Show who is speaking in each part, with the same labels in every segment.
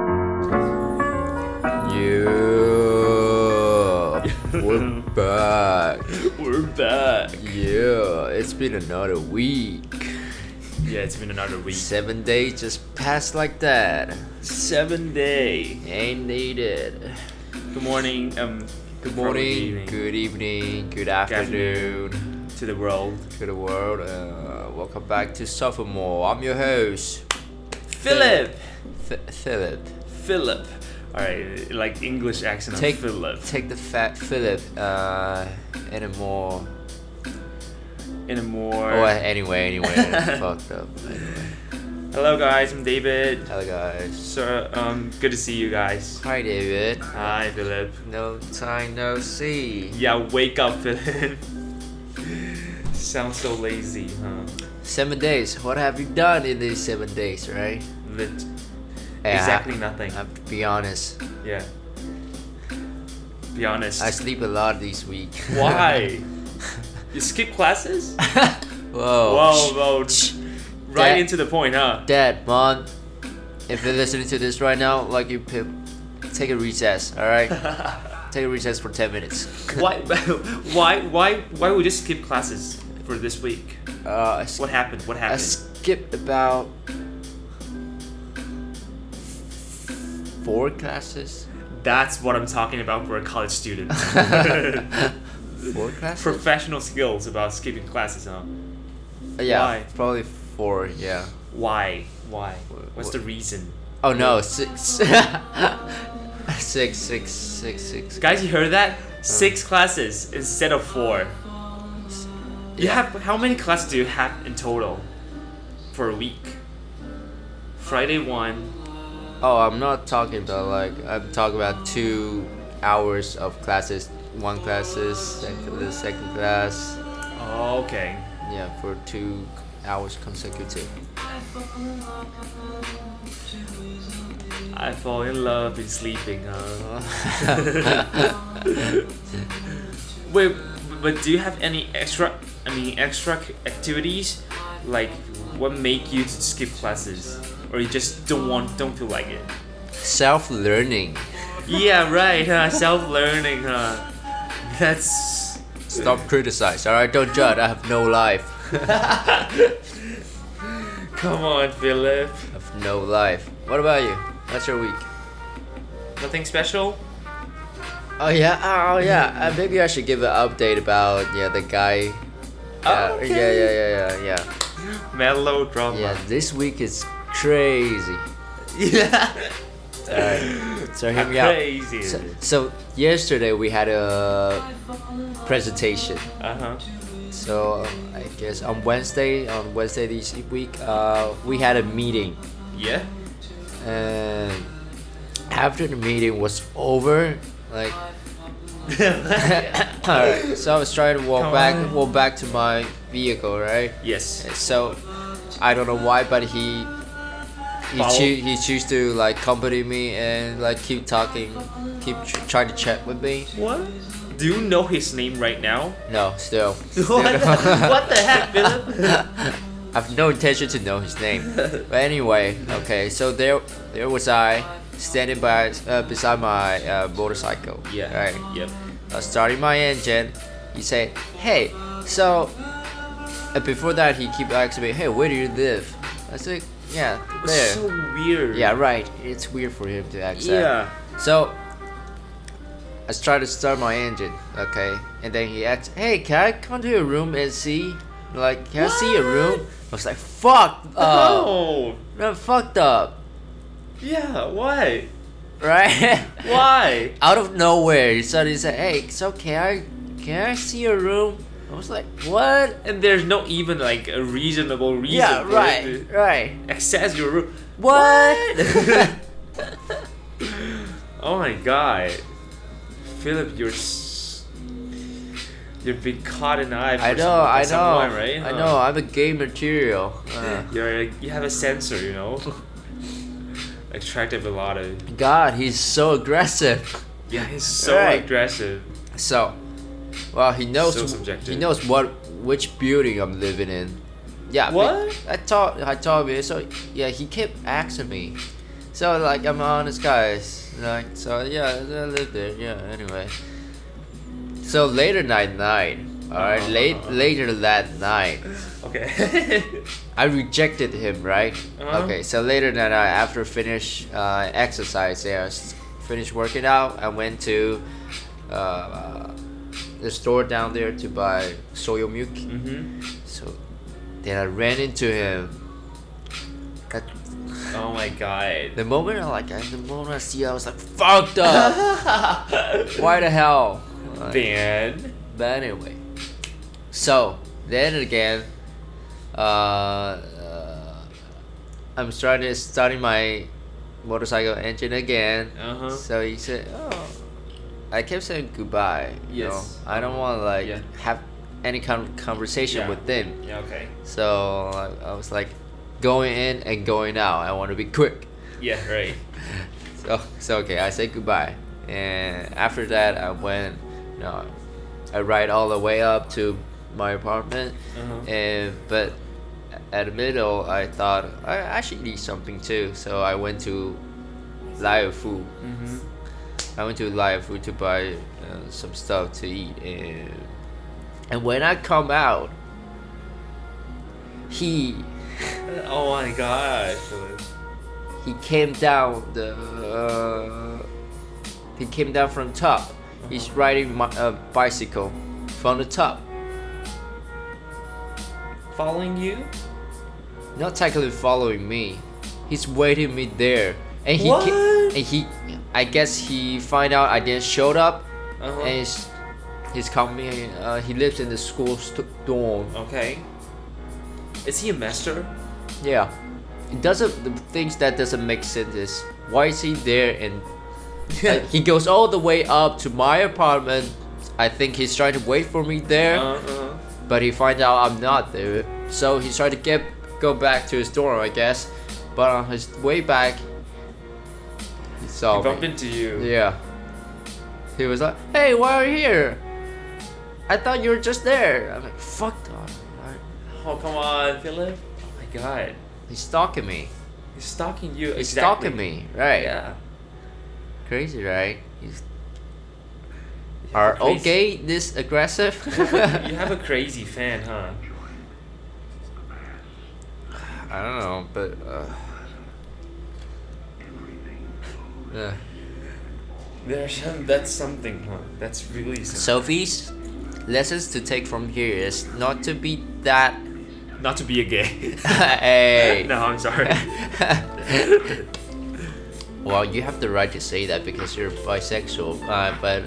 Speaker 1: back.
Speaker 2: We're back.
Speaker 1: Yeah, it's been another week.
Speaker 2: Yeah, it's been another week.
Speaker 1: Seven days just passed like that.
Speaker 2: Seven day.
Speaker 1: Ain't needed.
Speaker 2: Good morning. Um.
Speaker 1: Good
Speaker 2: probably
Speaker 1: morning,
Speaker 2: evening
Speaker 1: good evening, good
Speaker 2: afternoon.
Speaker 1: afternoon
Speaker 2: to the world.
Speaker 1: to the world. Uh, welcome back to Sophomore. I'm your host,
Speaker 2: Philip.
Speaker 1: Th- Philip.
Speaker 2: Philip. All right, like English accent.
Speaker 1: Take
Speaker 2: on Philip
Speaker 1: Take the fat Philip uh, in a more.
Speaker 2: in a more.
Speaker 1: Oh, anyway, anyway, fucked up.
Speaker 2: Hello guys, I'm David.
Speaker 1: Hello guys.
Speaker 2: So um, good to see you guys.
Speaker 1: Hi David.
Speaker 2: Hi, Philip.
Speaker 1: No time, no see.
Speaker 2: Yeah, wake up, Philip. Sounds so lazy, huh?
Speaker 1: Seven days. What have you done in these seven days, right?
Speaker 2: Lit-
Speaker 1: Hey, I-
Speaker 2: Exactly nothing.
Speaker 1: I have to be honest.
Speaker 2: Yeah. Be honest.
Speaker 1: I sleep a lot this week.
Speaker 2: Why? you skip classes?
Speaker 1: Whoa.
Speaker 2: Whoa, whoa. right
Speaker 1: That-
Speaker 2: into the point, huh?
Speaker 1: Dad, mom, if you're listening to this right now, like you pip, take a recess, alright? take a recess for 10 minutes.
Speaker 2: why, why, why, why would you skip classes for this week?
Speaker 1: Uh, I, s-
Speaker 2: What happened? What
Speaker 1: I
Speaker 2: happened?
Speaker 1: skipped about four classes.
Speaker 2: That's what I'm talking about for a college student.
Speaker 1: Four classes?
Speaker 2: Professional skills about skipping classes, huh?
Speaker 1: Uh, yeah,
Speaker 2: why?
Speaker 1: probably four, yeah.
Speaker 2: Why? Why?
Speaker 1: Wh-
Speaker 2: What's
Speaker 1: wh-
Speaker 2: the reason?
Speaker 1: Oh no, six. six, six, six, six.
Speaker 2: Guys, you heard that?
Speaker 1: Uh.
Speaker 2: Six classes instead of four. You
Speaker 1: Yeah.
Speaker 2: have how many classes do you have in total for a week? Friday one.
Speaker 1: Oh, I'm not talking about like I'm talking about two hours of classes, one classes, second, the second class.
Speaker 2: Oh, okay.
Speaker 1: Yeah, for two hours consecutive.
Speaker 2: I fall in love in sleeping, huh? Wait, but do you have any extra? I mean, extra c- activities? Like, what make you skip classes, or you just don't want, don't feel like it?
Speaker 1: Self-learning.
Speaker 2: Yeah, right. Huh? Self learning, huh? That's
Speaker 1: Stop criticize. All right, don't judge. I have no life.
Speaker 2: come on, Philip.
Speaker 1: I have no life. What about you? What's your week?
Speaker 2: Nothing special.
Speaker 1: Oh yeah. Oh, Oh yeah. Uh, maybe I should give an update about yeah the guy.
Speaker 2: Oh,
Speaker 1: uh, Yeah, yeah, yeah, yeah, yeah, yeah.
Speaker 2: Melodrama.
Speaker 1: Yeah, this week is crazy.
Speaker 2: Yeah.
Speaker 1: Alright, so hear me out.
Speaker 2: Crazy.
Speaker 1: So, so yesterday we had a presentation.
Speaker 2: Uh huh.
Speaker 1: So um, I guess on Wednesday, on Wednesday this week, uh, we had a meeting,
Speaker 2: Yeah.
Speaker 1: and after the meeting was over, like. Alright, so I was trying to walk
Speaker 2: Come
Speaker 1: back,
Speaker 2: on.
Speaker 1: walk back to my vehicle, right?
Speaker 2: yes.
Speaker 1: So I don't know why, but he he
Speaker 2: Follow-
Speaker 1: choo- he choose to like accompany me and like keep talking, keep tr- trying to chat with me.
Speaker 2: What? Do you know his name right now?
Speaker 1: No, still.
Speaker 2: what, the, what the heck, Philip?
Speaker 1: I've no intention to know his name. But anyway, okay. So there there was I standing by uh, beside my uh, motorcycle.
Speaker 2: yeah.
Speaker 1: Right.
Speaker 2: Yep.
Speaker 1: uh, starting my engine. He said, "Hey, so." And before that, he keep asking me, "Hey, where do you live?" I said, "Yeah,
Speaker 2: It's
Speaker 1: there."
Speaker 2: so weird.
Speaker 1: Yeah, right. It's weird for him to act that.
Speaker 2: Yeah.
Speaker 1: So I tried to start my engine, okay, and then he asked, "Hey, can I come to your room and see? Like, can I see your room?" I was like, "Fuck up,
Speaker 2: oh.
Speaker 1: no, fucked up,
Speaker 2: Yeah. Why?
Speaker 1: right?"
Speaker 2: Why?
Speaker 1: Out of nowhere, he suddenly said, "Hey, so can I can I see your room?" I was like, "What?"
Speaker 2: And there's no even like a reasonable reason.
Speaker 1: Yeah,
Speaker 2: for
Speaker 1: right,
Speaker 2: it to
Speaker 1: right.
Speaker 2: Access your room.
Speaker 1: What?
Speaker 2: Oh my god, Philip, you're s- you've been caught in the eye. For
Speaker 1: I know,
Speaker 2: some, for
Speaker 1: I know,
Speaker 2: someone, right?
Speaker 1: I
Speaker 2: Huh.
Speaker 1: know. I'm a gay material. Uh,
Speaker 2: Eh, You're you have a sensor, you know. Attractive a lot of.
Speaker 1: God, he's so aggressive.
Speaker 2: Yeah, he's so
Speaker 1: Right.
Speaker 2: aggressive.
Speaker 1: So, well, he knows.
Speaker 2: So subjective.
Speaker 1: He knows what which building I'm living in. Yeah. be-
Speaker 2: What?
Speaker 1: I told I told him. So yeah, he kept asking me. So like I'm honest guys. Like so yeah, I live there. Yeah. Anyway. So later that night,
Speaker 2: Uh-huh.
Speaker 1: alright, late later that night,
Speaker 2: Okay.
Speaker 1: I rejected him, right?
Speaker 2: Uh-huh.
Speaker 1: Okay, so later that night, after finish uh, exercise, yeah, s- finish working out, I went to uh, the store down there to buy soy milk.
Speaker 2: mm-hmm.
Speaker 1: So then I ran into him. At
Speaker 2: Oh my god.
Speaker 1: the moment I like, at the moment I see, I was like, fucked up. Why the hell? Like,
Speaker 2: Ban.
Speaker 1: But anyway, so then again, uh, uh, I'm starting starting my motorcycle engine again.
Speaker 2: Uh-huh.
Speaker 1: So he said, "Oh," I kept saying goodbye. You
Speaker 2: Yes.
Speaker 1: know, I don't want to like
Speaker 2: Yeah.
Speaker 1: have any kind of conversation
Speaker 2: Yeah.
Speaker 1: with them.
Speaker 2: Yeah. Okay.
Speaker 1: So I, I was like, going in and going out. I want to be quick.
Speaker 2: Yeah. Right.
Speaker 1: So it's okay. I said goodbye, and after that, I went. You know, I ride all the way up to my apartment,
Speaker 2: Uh-huh.
Speaker 1: and but at the middle, I thought I, I should eat something too. So I went to Live Food.
Speaker 2: Mm-hmm.
Speaker 1: I went to Live Food to buy uh, some stuff to eat, and and when I come out, he
Speaker 2: Oh my gosh. Louis.
Speaker 1: he came down the uh, he came down from top he's
Speaker 2: Uh-huh.
Speaker 1: riding my uh, bicycle from the top
Speaker 2: Following you?
Speaker 1: not technically following me he's waiting me there and he ca-
Speaker 2: What?
Speaker 1: and he i guess he find out i didn't show up
Speaker 2: Uh-huh.
Speaker 1: and he's he's coming uh, he lives in the school st- dorm
Speaker 2: Okay. Is he a master?
Speaker 1: yeah it doesn't the things that doesn't make sense is why is he there and Like, he goes all the way up to my apartment. I think he's trying to wait for me there,
Speaker 2: uh-huh.
Speaker 1: but he finds out I'm not there. So he's trying to get go back to his dorm, I guess. But on his way back, he
Speaker 2: He
Speaker 1: saw
Speaker 2: bumped
Speaker 1: me.
Speaker 2: into you.
Speaker 1: Yeah. He was like, "Hey, why are you here? I thought you were just there." I'm like, "Fuck, dog." Like,
Speaker 2: Oh come on, Philip. Oh my god.
Speaker 1: He's stalking me.
Speaker 2: He's stalking you.
Speaker 1: He's
Speaker 2: exactly.
Speaker 1: stalking me, right?
Speaker 2: Yeah.
Speaker 1: Crazy, right? He's,
Speaker 2: You have a
Speaker 1: are
Speaker 2: crazy-
Speaker 1: okay this aggressive?
Speaker 2: you have a crazy fan, huh?
Speaker 1: I don't know, but uh, yeah.
Speaker 2: There's some, that's something, huh? That's really something.
Speaker 1: Sophie's lessons to take from here is not to be that.
Speaker 2: Not to be a gay.
Speaker 1: hey.
Speaker 2: no, I'm sorry.
Speaker 1: well, you have the right to say that because you're bisexual, uh, but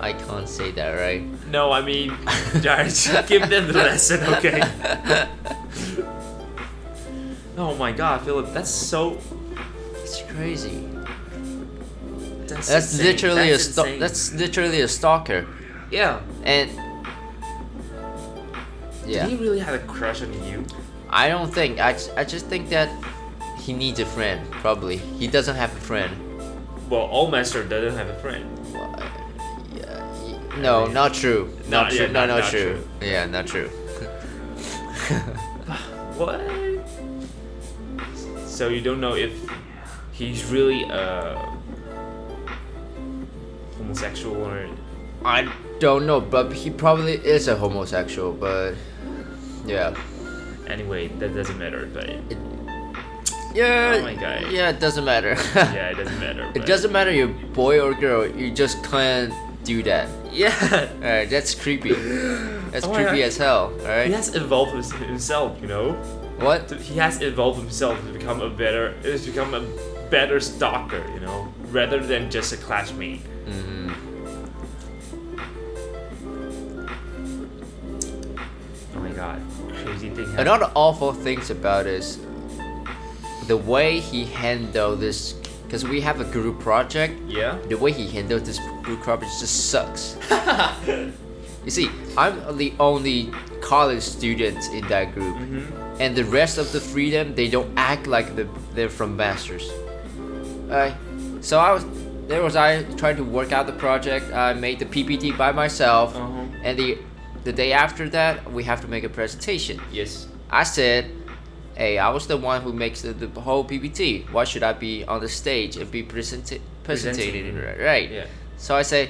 Speaker 1: I can't say that, right?
Speaker 2: no, I mean, Jared, give them the lesson, okay? Oh my god, Philip, that's so.
Speaker 1: It's crazy.
Speaker 2: That's,
Speaker 1: That's
Speaker 2: insane.
Speaker 1: literally
Speaker 2: that's
Speaker 1: a sta-
Speaker 2: insane.
Speaker 1: that's literally a stalker,
Speaker 2: yeah.
Speaker 1: and yeah.
Speaker 2: Did he really have a crush on you?
Speaker 1: I don't think. I, ju- I just think that he needs a friend, probably. He doesn't have a friend.
Speaker 2: Well, all master doesn't have a friend.
Speaker 1: Well, I- yeah, y- No, not true. Not,
Speaker 2: Not-
Speaker 1: true.
Speaker 2: yeah,
Speaker 1: no,
Speaker 2: not-
Speaker 1: not,
Speaker 2: not
Speaker 1: true. Yeah, not true.
Speaker 2: What? So you don't know if he's really uh homosexual or
Speaker 1: I don't know, but he probably is a homosexual, but yeah.
Speaker 2: anyway, that doesn't matter, but
Speaker 1: Yeah.
Speaker 2: Oh my God.
Speaker 1: Yeah, it doesn't matter.
Speaker 2: yeah, it doesn't matter.
Speaker 1: It
Speaker 2: but-
Speaker 1: doesn't matter you're boy or girl, you just can't do that.
Speaker 2: Yeah.
Speaker 1: Alright, that's creepy. That's
Speaker 2: Oh my
Speaker 1: creepy
Speaker 2: God.
Speaker 1: as hell, alright?
Speaker 2: He has evolved his- himself, you know.
Speaker 1: What?
Speaker 2: He has evolved himself to become a better, to become a better stalker, you know, rather than just a classmate.
Speaker 1: hmm
Speaker 2: Oh my god, crazy thing. happened.
Speaker 1: Another awful things about is the way he handled this, because we have a group project.
Speaker 2: Yeah.
Speaker 1: The way he handled this group project just sucks. you see, I'm the only college student in that group, and the rest of the freedom they don't act like the, they're from masters. Alright, so I was there was I trying to work out the project. I made the PPT by myself,
Speaker 2: Uh-huh.
Speaker 1: and the the day after that we have to make a presentation.
Speaker 2: Yes.
Speaker 1: I said, "Hey, I was the one who makes the, the whole PPT. Why should I be on the stage and be presenti- presenting
Speaker 2: Presenting.
Speaker 1: it right?"
Speaker 2: Yeah.
Speaker 1: So I say,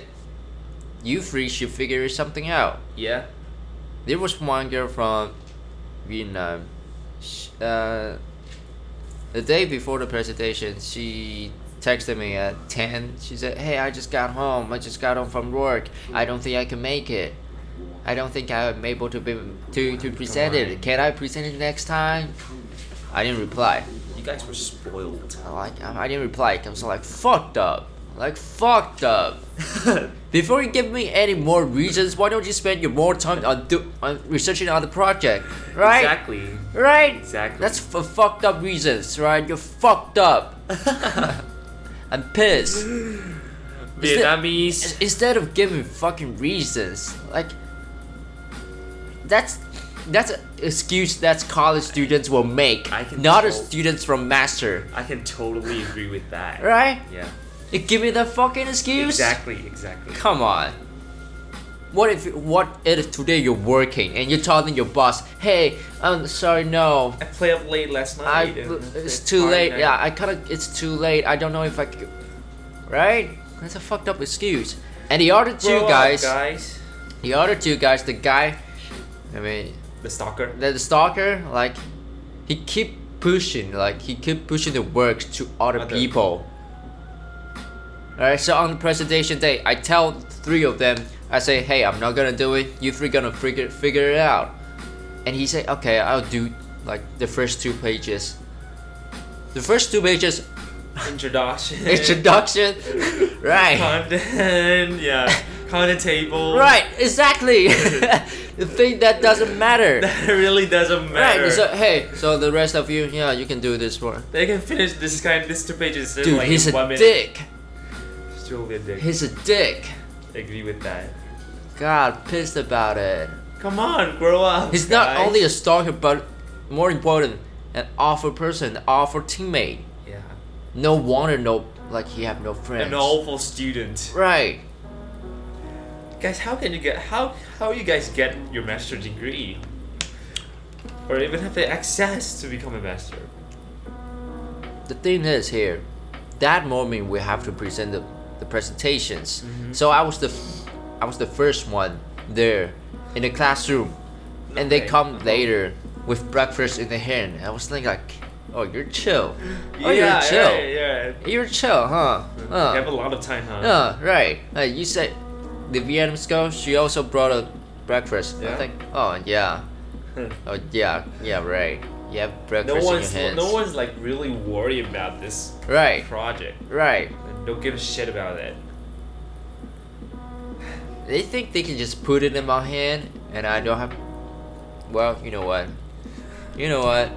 Speaker 1: you three should figure something out.
Speaker 2: Yeah.
Speaker 1: There was one girl from Vietnam. Sh uh, the day before the presentation, she texted me at 10. She said, Hey, I just got home. I just got home from work. I don't think I can make it. I don't think I'm able to be, to, to present it. Can I present it next time? I didn't reply.
Speaker 2: You guys were spoiled.
Speaker 1: I like I I didn't reply. I was like fucked up. Like fucked up. Before you give me any more reasons, why don't you spend your more time on do on researching on the project, right?
Speaker 2: Exactly.
Speaker 1: Right.
Speaker 2: Exactly.
Speaker 1: That's for fucked up reasons, right? You're fucked up. I'm pissed. Is that-
Speaker 2: Vietnamese.
Speaker 1: Ins- Instead of giving fucking reasons, like that's that's an excuse that college students will make,
Speaker 2: I can
Speaker 1: not a
Speaker 2: tell.
Speaker 1: students from master,
Speaker 2: I can totally agree with that.
Speaker 1: right?
Speaker 2: Yeah.
Speaker 1: You give me that fucking excuse.
Speaker 2: Exactly. Exactly.
Speaker 1: Come on. What if what if today you're working and you're telling your boss, hey, I'm sorry, no,
Speaker 2: I played up late last night.
Speaker 1: I
Speaker 2: and
Speaker 1: it's
Speaker 2: played
Speaker 1: too
Speaker 2: Friday
Speaker 1: late.
Speaker 2: night.
Speaker 1: Yeah, I kind of it's too late. I don't know if I could. Right? That's a fucked up excuse. And the other two
Speaker 2: Grow up,
Speaker 1: guys,
Speaker 2: guys.
Speaker 1: the other two guys, the guy, I mean,
Speaker 2: The stalker.
Speaker 1: the, the stalker, like, he keep pushing, like he keep pushing the work to other
Speaker 2: Other-
Speaker 1: people. Alright, so on the presentation day, I tell three of them, I say, hey, I'm not gonna do it. You three gonna figure figure it out. And he said, okay, I'll do like the first two pages. The first two pages,
Speaker 2: Introduction.
Speaker 1: introduction, right?
Speaker 2: Content. Yeah. Content table.
Speaker 1: Right, exactly. the thing that doesn't matter.
Speaker 2: That really doesn't matter.
Speaker 1: Right. So hey, so the rest of you, yeah, you can do this work.
Speaker 2: they can finish this kind. This two pages in
Speaker 1: Dude,
Speaker 2: like
Speaker 1: he's a
Speaker 2: one minute.
Speaker 1: dick.
Speaker 2: It's totally a dick.
Speaker 1: He's a dick.
Speaker 2: agree with that.
Speaker 1: God, pissed about it.
Speaker 2: Come on, grow up.
Speaker 1: He's not
Speaker 2: guys.
Speaker 1: only a stalker, but more important, an awful person, an awful teammate.
Speaker 2: yeah.
Speaker 1: No wonder, no, like he have no friends.
Speaker 2: An awful student.
Speaker 1: Right.
Speaker 2: Guys, how can you get how how you guys get your master's degree? Or even have the access to become a master?
Speaker 1: The thing is here, that moment we have to present the, the presentations.
Speaker 2: Mm-hmm.
Speaker 1: So I was the, f- I was the first one there, in the classroom, and they
Speaker 2: Okay.
Speaker 1: come later with breakfast in the hand. I was thinking like, oh, you're chill. Oh,
Speaker 2: yeah,
Speaker 1: you're chill.
Speaker 2: yeah, yeah.
Speaker 1: You're chill, huh?
Speaker 2: you have
Speaker 1: Uh,
Speaker 2: a lot of time, huh?
Speaker 1: uh, right. Uh, you said the Vietnamese girl, she also brought a breakfast. I
Speaker 2: Yeah?
Speaker 1: think, oh, yeah. oh, yeah. Yeah, right. You have
Speaker 2: No
Speaker 1: breakfast in your
Speaker 2: one's
Speaker 1: hands.
Speaker 2: no one's like really worried about this
Speaker 1: Right,
Speaker 2: project.
Speaker 1: right.
Speaker 2: Don't give a shit about it.
Speaker 1: They think they can just put it in my hand and I don't have. Well, you know what? You know what?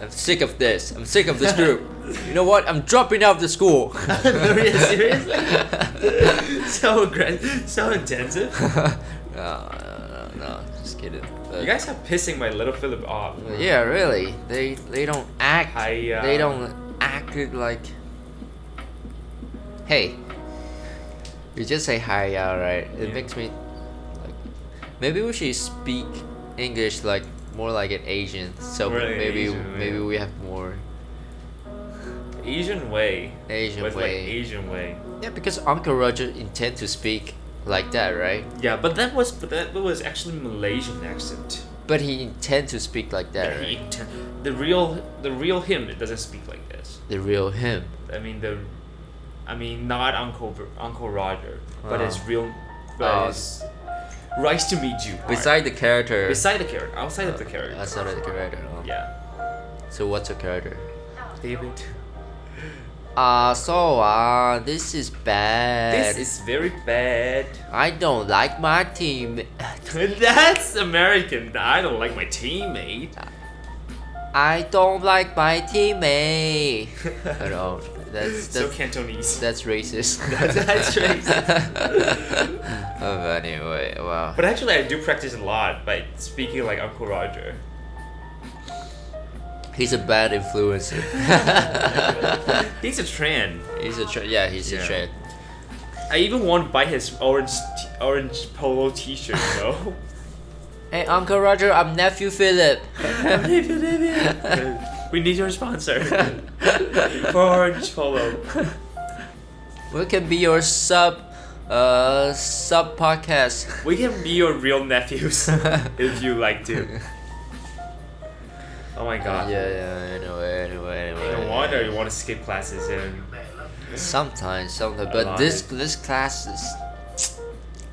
Speaker 1: I'm sick of this. I'm sick of this group. you know what? I'm dropping out of the school.
Speaker 2: Really? Seriously? so aggressive, so intensive.
Speaker 1: no, no, no, just kidding. But-
Speaker 2: You guys are pissing my little Philip off.
Speaker 1: Yeah, really. They they don't act.
Speaker 2: I, uh,
Speaker 1: They don't act it like. Hey. You just say hi, yeah, right? It
Speaker 2: Yeah.
Speaker 1: makes me. Like, maybe we should speak English like more like an Asian. So
Speaker 2: More like an
Speaker 1: maybe
Speaker 2: Asian,
Speaker 1: maybe
Speaker 2: yeah.
Speaker 1: we have more
Speaker 2: Asian way.
Speaker 1: Asian
Speaker 2: was like
Speaker 1: way.
Speaker 2: Asian way.
Speaker 1: yeah, because Uncle Roger intend to speak like that, right?
Speaker 2: Yeah, but that was but that was actually Malaysian accent.
Speaker 1: But he intend to speak like that,
Speaker 2: He
Speaker 1: right?
Speaker 2: inten- the real the real him it doesn't speak like this.
Speaker 1: The real him.
Speaker 2: I mean the, I mean not Uncle Ver- Uncle Roger, but
Speaker 1: Oh.
Speaker 2: his real,
Speaker 1: Oh.
Speaker 2: but his rice to meet you. part.
Speaker 1: Beside the Uh, character.
Speaker 2: beside the character, outside of the character.
Speaker 1: Outside of the character. huh?
Speaker 2: yeah,
Speaker 1: So what's your character?
Speaker 2: David.
Speaker 1: Uh, so, uh, this is bad.
Speaker 2: This is very bad.
Speaker 1: I don't like my team.
Speaker 2: That's American. I don't like my teammate.
Speaker 1: I don't like my teammate. I know. That's,
Speaker 2: so
Speaker 1: that's,
Speaker 2: Cantonese.
Speaker 1: that's racist.
Speaker 2: That's racist.
Speaker 1: oh, but anyway, wow.
Speaker 2: But actually, I do practice a lot by speaking like Uncle Roger.
Speaker 1: He's a bad influencer.
Speaker 2: He's a trend.
Speaker 1: he's a tra- yeah, he's a
Speaker 2: Yeah.
Speaker 1: trend.
Speaker 2: I even want to buy his orange t- orange polo T-shirt. You know.
Speaker 1: Hey, Uncle Roger, I'm nephew Philip.
Speaker 2: we need your sponsor for orange polo.
Speaker 1: We can be your sub uh, sub podcast.
Speaker 2: We can be your real nephews if you like to. Oh my
Speaker 1: Yeah,
Speaker 2: god.
Speaker 1: yeah. Anyway, anyway, anyway.
Speaker 2: No wonder you want to skip classes and
Speaker 1: Sometimes, sometimes,
Speaker 2: A
Speaker 1: but
Speaker 2: lot.
Speaker 1: this this class is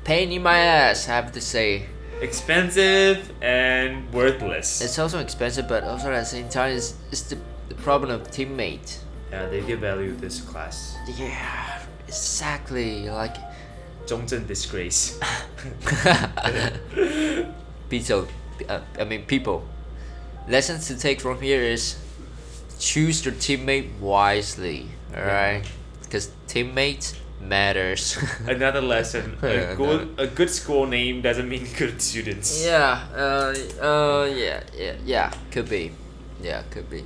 Speaker 1: pain in my ass. I have to say,
Speaker 2: expensive and worthless.
Speaker 1: it's also expensive, but also at the same time, it's, it's the, the problem of teammate.
Speaker 2: yeah, they give value to this class.
Speaker 1: Yeah, exactly. Like,
Speaker 2: 中正 disgrace.
Speaker 1: people. Uh, I mean, people. Lessons to take from here is choose your teammate wisely. All right, because teammate matters.
Speaker 2: Another lesson.
Speaker 1: Yeah,
Speaker 2: A good a good school name doesn't mean good students.
Speaker 1: Yeah, uh, uh, yeah, yeah, yeah, could be. Yeah, could be.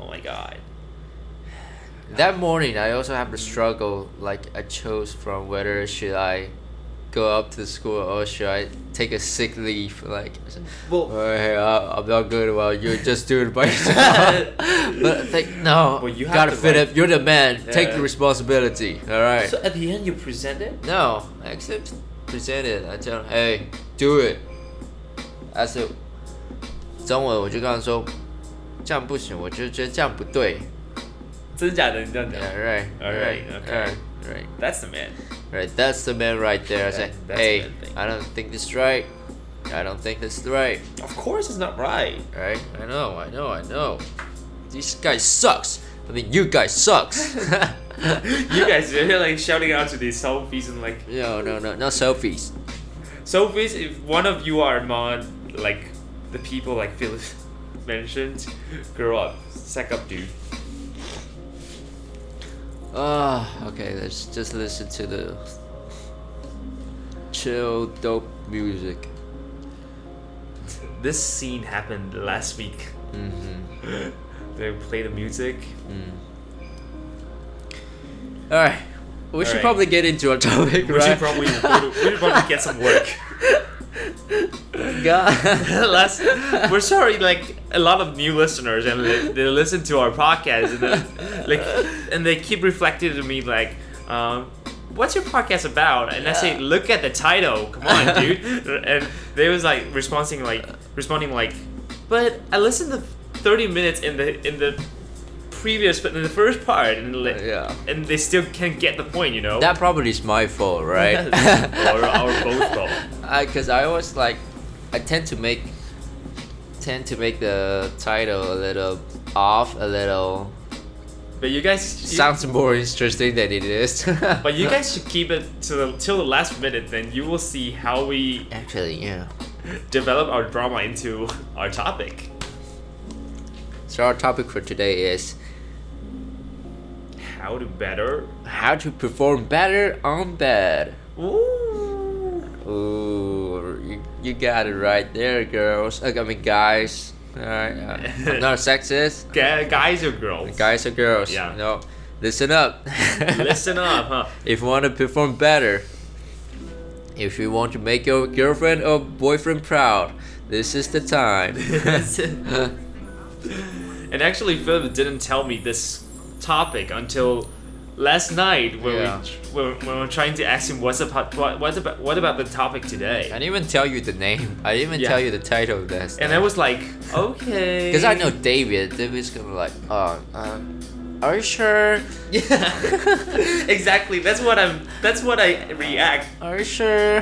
Speaker 2: Oh my god.
Speaker 1: That morning, I also have the struggle. Like, I chose from whether should I go up to school or should I take a sick leave. Like, I said,
Speaker 2: Well-
Speaker 1: "Oh, hey, I, I'm not good. Well, you just do it by yourself. but I think no,
Speaker 2: Well, you have
Speaker 1: gotta
Speaker 2: to,
Speaker 1: fit
Speaker 2: like-
Speaker 1: up. You're the man. Take
Speaker 2: Yeah.
Speaker 1: the responsibility. All right.
Speaker 2: So at the end you present it?
Speaker 1: No, I accept presented. I tell him, hey, do it. I said，中文我就跟他说，这样不行，我就觉得这样不对。
Speaker 2: 真假的，你这样讲。
Speaker 1: Yeah, right,
Speaker 2: Alright,
Speaker 1: right,
Speaker 2: okay.
Speaker 1: right, right,
Speaker 2: That's the man.
Speaker 1: right. That's the man right there. I
Speaker 2: Yeah,
Speaker 1: said,
Speaker 2: that's the
Speaker 1: hey,
Speaker 2: man thing.
Speaker 1: I don't think this is right. I don't think this is right.
Speaker 2: Of course it's not right.
Speaker 1: Right? I know, I know, I know. This guy sucks. I mean, you guys sucks.
Speaker 2: You guys are like shouting out to these selfies and like
Speaker 1: No, no, no, no selfies.
Speaker 2: selfies. If one of you are among like the people like Philip mentioned, grow up, sack up, dude.
Speaker 1: Ah, okay, let's just listen to the chill, dope music.
Speaker 2: This scene happened last week.
Speaker 1: Mm-hmm.
Speaker 2: they play the music.
Speaker 1: Mm. Alright, we should
Speaker 2: Alright.
Speaker 1: probably get into our topic,
Speaker 2: We
Speaker 1: right?
Speaker 2: should probably go to- we should probably get some work.
Speaker 1: God.
Speaker 2: Last, we're sorry, like a lot of new listeners, and they, they listen to our podcast, and then, like, and they keep reflecting to me like, um, "What's your podcast about?" And I say,
Speaker 1: Yeah.
Speaker 2: "Look at the title, come on, dude!" and they was like responding like responding like, "But I listened to thirty minutes in the in the previous, but in the first part, and li-
Speaker 1: Uh, Yeah.
Speaker 2: and they still can't get the point, you know."
Speaker 1: That probably is my fault, right?
Speaker 2: Or our both fault.
Speaker 1: Because I always like, I tend to make, tend to make the title a little off, a little
Speaker 2: but you guys you-
Speaker 1: sounds more interesting than it is.
Speaker 2: But you guys should keep it to the, till the last minute, then you will see how we
Speaker 1: actually, yeah.
Speaker 2: develop our drama into our topic.
Speaker 1: So our topic for today is
Speaker 2: How to better.
Speaker 1: how to perform better on bed.
Speaker 2: Ooh.
Speaker 1: Ooh, you, you got it right there, girls. I mean, guys. Alright, uh, I'm not sexist.
Speaker 2: Gu- Guys or girls?
Speaker 1: Guys or girls?
Speaker 2: Yeah.
Speaker 1: No, listen up.
Speaker 2: Listen up, huh?
Speaker 1: If you want to perform better, if you want to make your girlfriend or boyfriend proud, this is the time.
Speaker 2: and actually, Philip didn't tell me this topic until last night when
Speaker 1: Yeah.
Speaker 2: we when, when we were trying to ask him what's about what, what's about what about the topic today.
Speaker 1: I didn't even tell you the name. I didn't even
Speaker 2: Yeah.
Speaker 1: tell you the title of this.
Speaker 2: and I was like, okay.
Speaker 1: Because I know David. David's gonna be like, oh, um, are you sure?
Speaker 2: Yeah, exactly. That's what I'm. That's what I react
Speaker 1: Are you sure?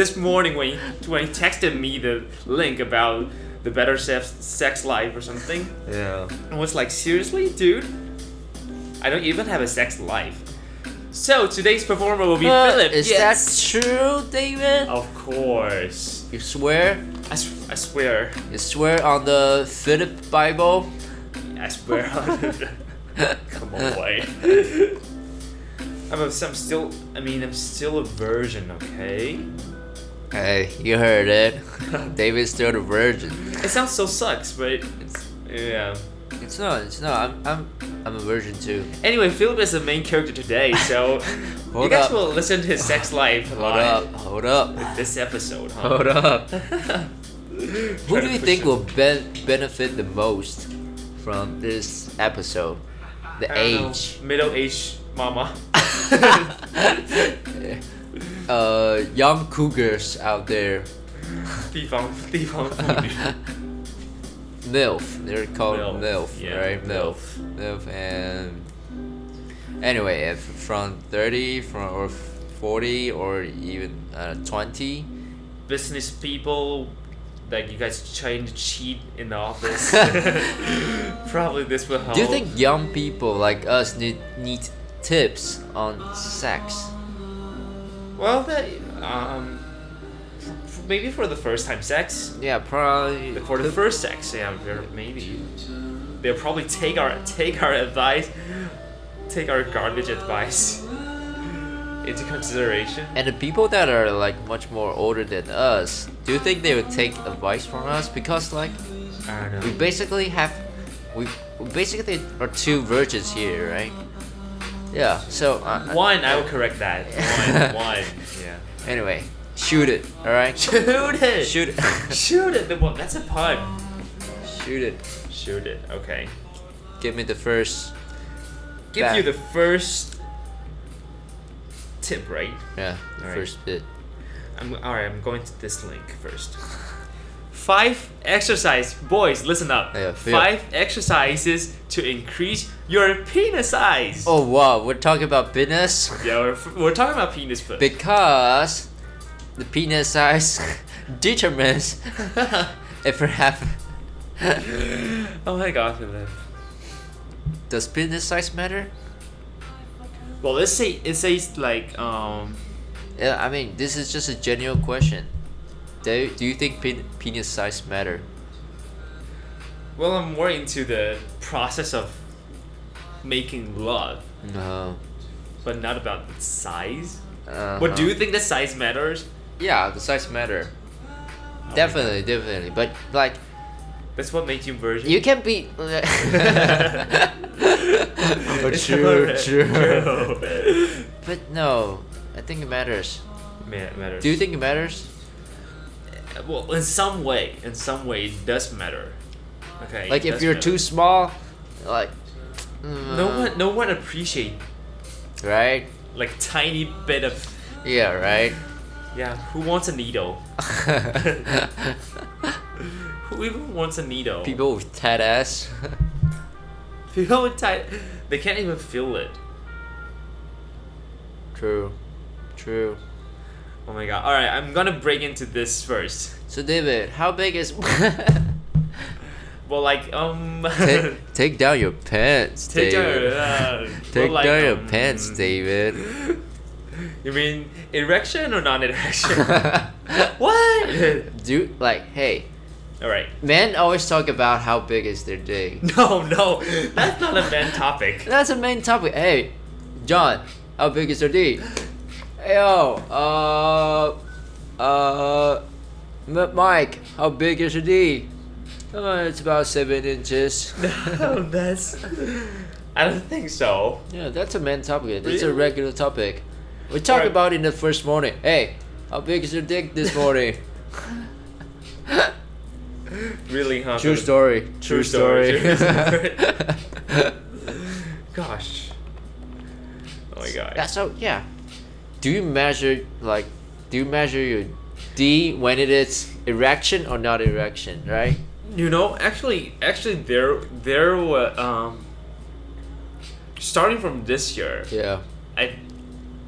Speaker 2: this morning when he, when he texted me the link about the better sex sex life or something.
Speaker 1: yeah.
Speaker 2: I was like, seriously, dude, I don't even have a sex life. So today's performer will be Philip.
Speaker 1: Uh, is
Speaker 2: yes.
Speaker 1: that true, David?
Speaker 2: Of course.
Speaker 1: You swear?
Speaker 2: I, s- I swear.
Speaker 1: You swear on the Philip Bible?
Speaker 2: I swear. Come on, boy. I'm, a, I'm still. I mean, I'm still a virgin. Okay.
Speaker 1: Hey, you heard it. David's still the virgin.
Speaker 2: It sounds so sucks, but it's, yeah.
Speaker 1: It's not. It's not. I'm. I'm. I'm a virgin too.
Speaker 2: Anyway, Philip is the main character today, so you
Speaker 1: Hold
Speaker 2: guys
Speaker 1: up.
Speaker 2: will listen to his sex life
Speaker 1: Hold
Speaker 2: live
Speaker 1: up. Hold up.
Speaker 2: this episode, huh?
Speaker 1: Hold up. Who
Speaker 2: Who
Speaker 1: do you think will ben- benefit the most from this episode? The age.
Speaker 2: Middle aged mama.
Speaker 1: uh, young cougars out there.
Speaker 2: 地方地方妇女
Speaker 1: MILF. They're called MILF,
Speaker 2: MILF, yeah,
Speaker 1: right? MILF. MILF and anyway, if from 30 from or 40 or even uh, 20.
Speaker 2: business people like you guys trying to cheat in the office probably this will help
Speaker 1: Do you think young people like us need need tips on sex?
Speaker 2: well that um f- maybe for the first time sex
Speaker 1: Yeah, probably.
Speaker 2: for the first sex yeah we're- maybe they'll probably take our take our advice take our garbage advice into consideration
Speaker 1: And the people that are like much more older than us, do you think they would take advice from us? Because like
Speaker 2: I don't
Speaker 1: we
Speaker 2: know
Speaker 1: basically have, we, we basically are two virgins here, right? Yeah. So uh, uh,
Speaker 2: one I will correct that one one yeah
Speaker 1: anyway, shoot it. All right.
Speaker 2: shoot it
Speaker 1: Shoot it.
Speaker 2: shoot it the one that's a pun
Speaker 1: shoot it.
Speaker 2: shoot it okay
Speaker 1: Give me the first.
Speaker 2: give
Speaker 1: Back.
Speaker 2: you the first tip, right?
Speaker 1: Yeah, the
Speaker 2: Alright.
Speaker 1: first bit.
Speaker 2: I'm all right. I'm going to this link first. Five exercise, boys, listen up.
Speaker 1: Yeah, feel-
Speaker 2: Five exercises to increase your penis size.
Speaker 1: Oh wow, we're talking about business.
Speaker 2: Yeah, we're, we're talking about penis first.
Speaker 1: because the penis size determines if you have
Speaker 2: oh my god, Philip.
Speaker 1: does penis size matter
Speaker 2: Well, let's say it says like um.
Speaker 1: yeah i mean this is just a general question do, do you think pen, penis size matter
Speaker 2: Well, I'm more into the process of making love,
Speaker 1: no
Speaker 2: but not about the size.
Speaker 1: uh
Speaker 2: But do you think the size matters?
Speaker 1: yeah the size matter definitely definitely but like
Speaker 2: That's what makes you virgin.
Speaker 1: you Oh, can be oh, true, true. but no i think it matters
Speaker 2: Man, matters. Uh,
Speaker 1: do you think it matters
Speaker 2: well, in some way, in some way, it does matter. Okay.
Speaker 1: like
Speaker 2: it
Speaker 1: if
Speaker 2: does
Speaker 1: you're
Speaker 2: matter.
Speaker 1: too uh, small like mm,
Speaker 2: no one, no one appreciate
Speaker 1: right
Speaker 2: like tiny bit of
Speaker 1: yeah right
Speaker 2: yeah. Who wants a needle? Who even wants a needle?
Speaker 1: people with tat ass
Speaker 2: People with tight, they can't even feel it.
Speaker 1: true true
Speaker 2: Oh my god! All right, I'm gonna break into this first.
Speaker 1: so david how big is
Speaker 2: Well, like um.
Speaker 1: take, take down your pants
Speaker 2: Take down
Speaker 1: david
Speaker 2: your, uh,
Speaker 1: take
Speaker 2: well, like,
Speaker 1: down your
Speaker 2: um,
Speaker 1: pants david
Speaker 2: You mean erection or non-erection? what?
Speaker 1: do like hey
Speaker 2: All right.
Speaker 1: men always talk about how big is their dick
Speaker 2: No, no, that's not a man topic.
Speaker 1: that's the main topic hey john how big is your dick yo uh uh M- mike how big is your d uh, it's about seven inches
Speaker 2: No, that's. I don't think so.
Speaker 1: Yeah, that's a main topic. It's a
Speaker 2: Really?
Speaker 1: regular topic. We talk
Speaker 2: Right.
Speaker 1: about in the first morning. Hey, how big is your dick this morning?
Speaker 2: Really, huh?
Speaker 1: True story. True
Speaker 2: True story.
Speaker 1: story.
Speaker 2: Gosh. Oh my god.
Speaker 1: yeah, so yeah. Do you measure like do you measure your D when it is erection or not erection, right?
Speaker 2: you know, actually, actually, there, there were um. Starting from this year,
Speaker 1: Yeah.
Speaker 2: I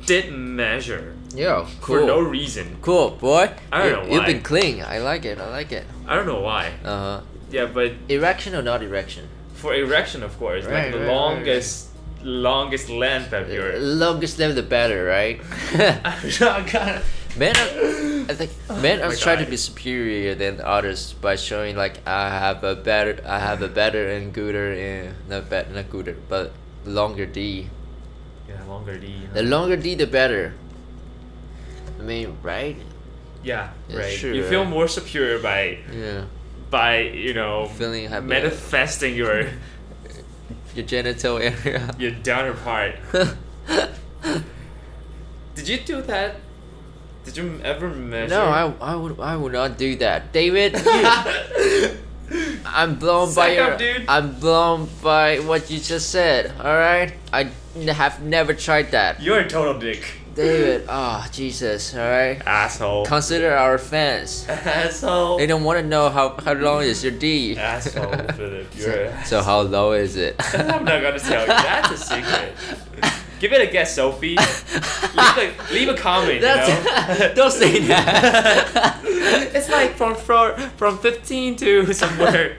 Speaker 2: did measure
Speaker 1: Yeah, cool.
Speaker 2: for no reason.
Speaker 1: cool, boy.
Speaker 2: I don't
Speaker 1: You-
Speaker 2: know
Speaker 1: You've
Speaker 2: why.
Speaker 1: been clean. I like it. I like it.
Speaker 2: I don't know why.
Speaker 1: Uh-huh.
Speaker 2: Yeah, but
Speaker 1: Erection or not erection?
Speaker 2: for erection, of course,
Speaker 1: Right,
Speaker 2: like the
Speaker 1: right, right, right.
Speaker 2: longest, longest length of your.
Speaker 1: Longest length the better, right?
Speaker 2: I'm not gonna.
Speaker 1: Men are, I think men
Speaker 2: Oh
Speaker 1: are
Speaker 2: my
Speaker 1: trying to
Speaker 2: God.
Speaker 1: be superior than others by showing like I have a better, I have a better and gooder and not bet not gooder, but longer D.
Speaker 2: Yeah, longer D. huh?
Speaker 1: The longer D, the better. I mean, right?
Speaker 2: Yeah,
Speaker 1: Yeah,
Speaker 2: right.
Speaker 1: sure,
Speaker 2: you feel
Speaker 1: right.
Speaker 2: more secure by
Speaker 1: Yeah.
Speaker 2: by you know
Speaker 1: Feeling happy.
Speaker 2: manifesting your
Speaker 1: Your genital area.
Speaker 2: your downer part. Did you do that? Did you ever measure?
Speaker 1: no, I, I would I would not do that, David. you- I'm blown by
Speaker 2: Suck
Speaker 1: your.
Speaker 2: up, dude.
Speaker 1: I'm blown by what you just said. All right, I n- have never tried that.
Speaker 2: You're a total dick.
Speaker 1: David, ah, Jesus, all right.
Speaker 2: Asshole.
Speaker 1: Consider our fans.
Speaker 2: Asshole.
Speaker 1: They don't want to know how, how long is your D.
Speaker 2: Asshole, Philip. You're
Speaker 1: so,
Speaker 2: a-
Speaker 1: so how low is it?
Speaker 2: I'm not gonna tell you. That's a secret. Give it a guess, Sophie. Leave a, leave a comment.
Speaker 1: That's-
Speaker 2: you know?
Speaker 1: don't say that.
Speaker 2: it's like from from from 15 to somewhere.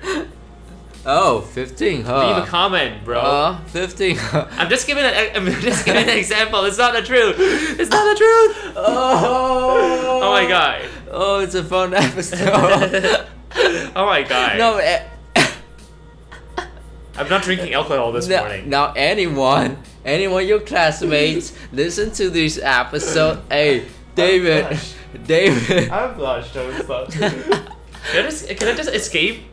Speaker 1: oh, 15, huh?
Speaker 2: leave a comment, bro.
Speaker 1: Uh, 15. huh?
Speaker 2: I'm just giving an I'm just giving an example. It's not the truth. It's not the truth.
Speaker 1: oh.
Speaker 2: Oh my god.
Speaker 1: Oh, it's a fun episode.
Speaker 2: Oh my god.
Speaker 1: no, eh,
Speaker 2: I'm not drinking alcohol this
Speaker 1: now,
Speaker 2: morning.
Speaker 1: now anyone, anyone, your classmates, listen to this episode. hey, David,
Speaker 2: Oh gosh.
Speaker 1: David.
Speaker 2: I'm blushed. I'm blushed. Can I, just, can I just escape?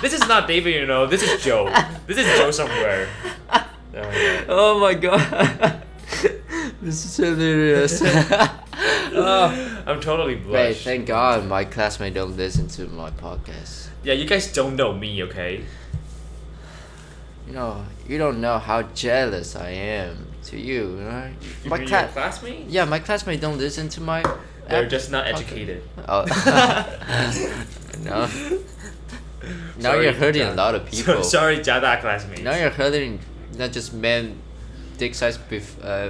Speaker 2: This is not David, you know. This is Joe. This is Joe somewhere. Oh my God.
Speaker 1: Oh my god. this is hilarious. oh.
Speaker 2: I'm totally
Speaker 1: Wait,
Speaker 2: blushed.
Speaker 1: thank god my classmate don't listen to my podcast.
Speaker 2: yeah, you guys don't know me, okay?
Speaker 1: You know, you don't know how jealous I am to you, right?
Speaker 2: You
Speaker 1: My
Speaker 2: mean
Speaker 1: cla-
Speaker 2: your classmate?
Speaker 1: Yeah, my classmate don't listen to my
Speaker 2: They're
Speaker 1: app-
Speaker 2: just not
Speaker 1: podcast.
Speaker 2: educated.
Speaker 1: Oh. no. Now
Speaker 2: Sorry,
Speaker 1: you're hurting a
Speaker 2: Jada.
Speaker 1: lot of
Speaker 2: So,
Speaker 1: people.
Speaker 2: sorry, Jada classmates.
Speaker 1: Now you're hurting not just men, dick size bef- uh,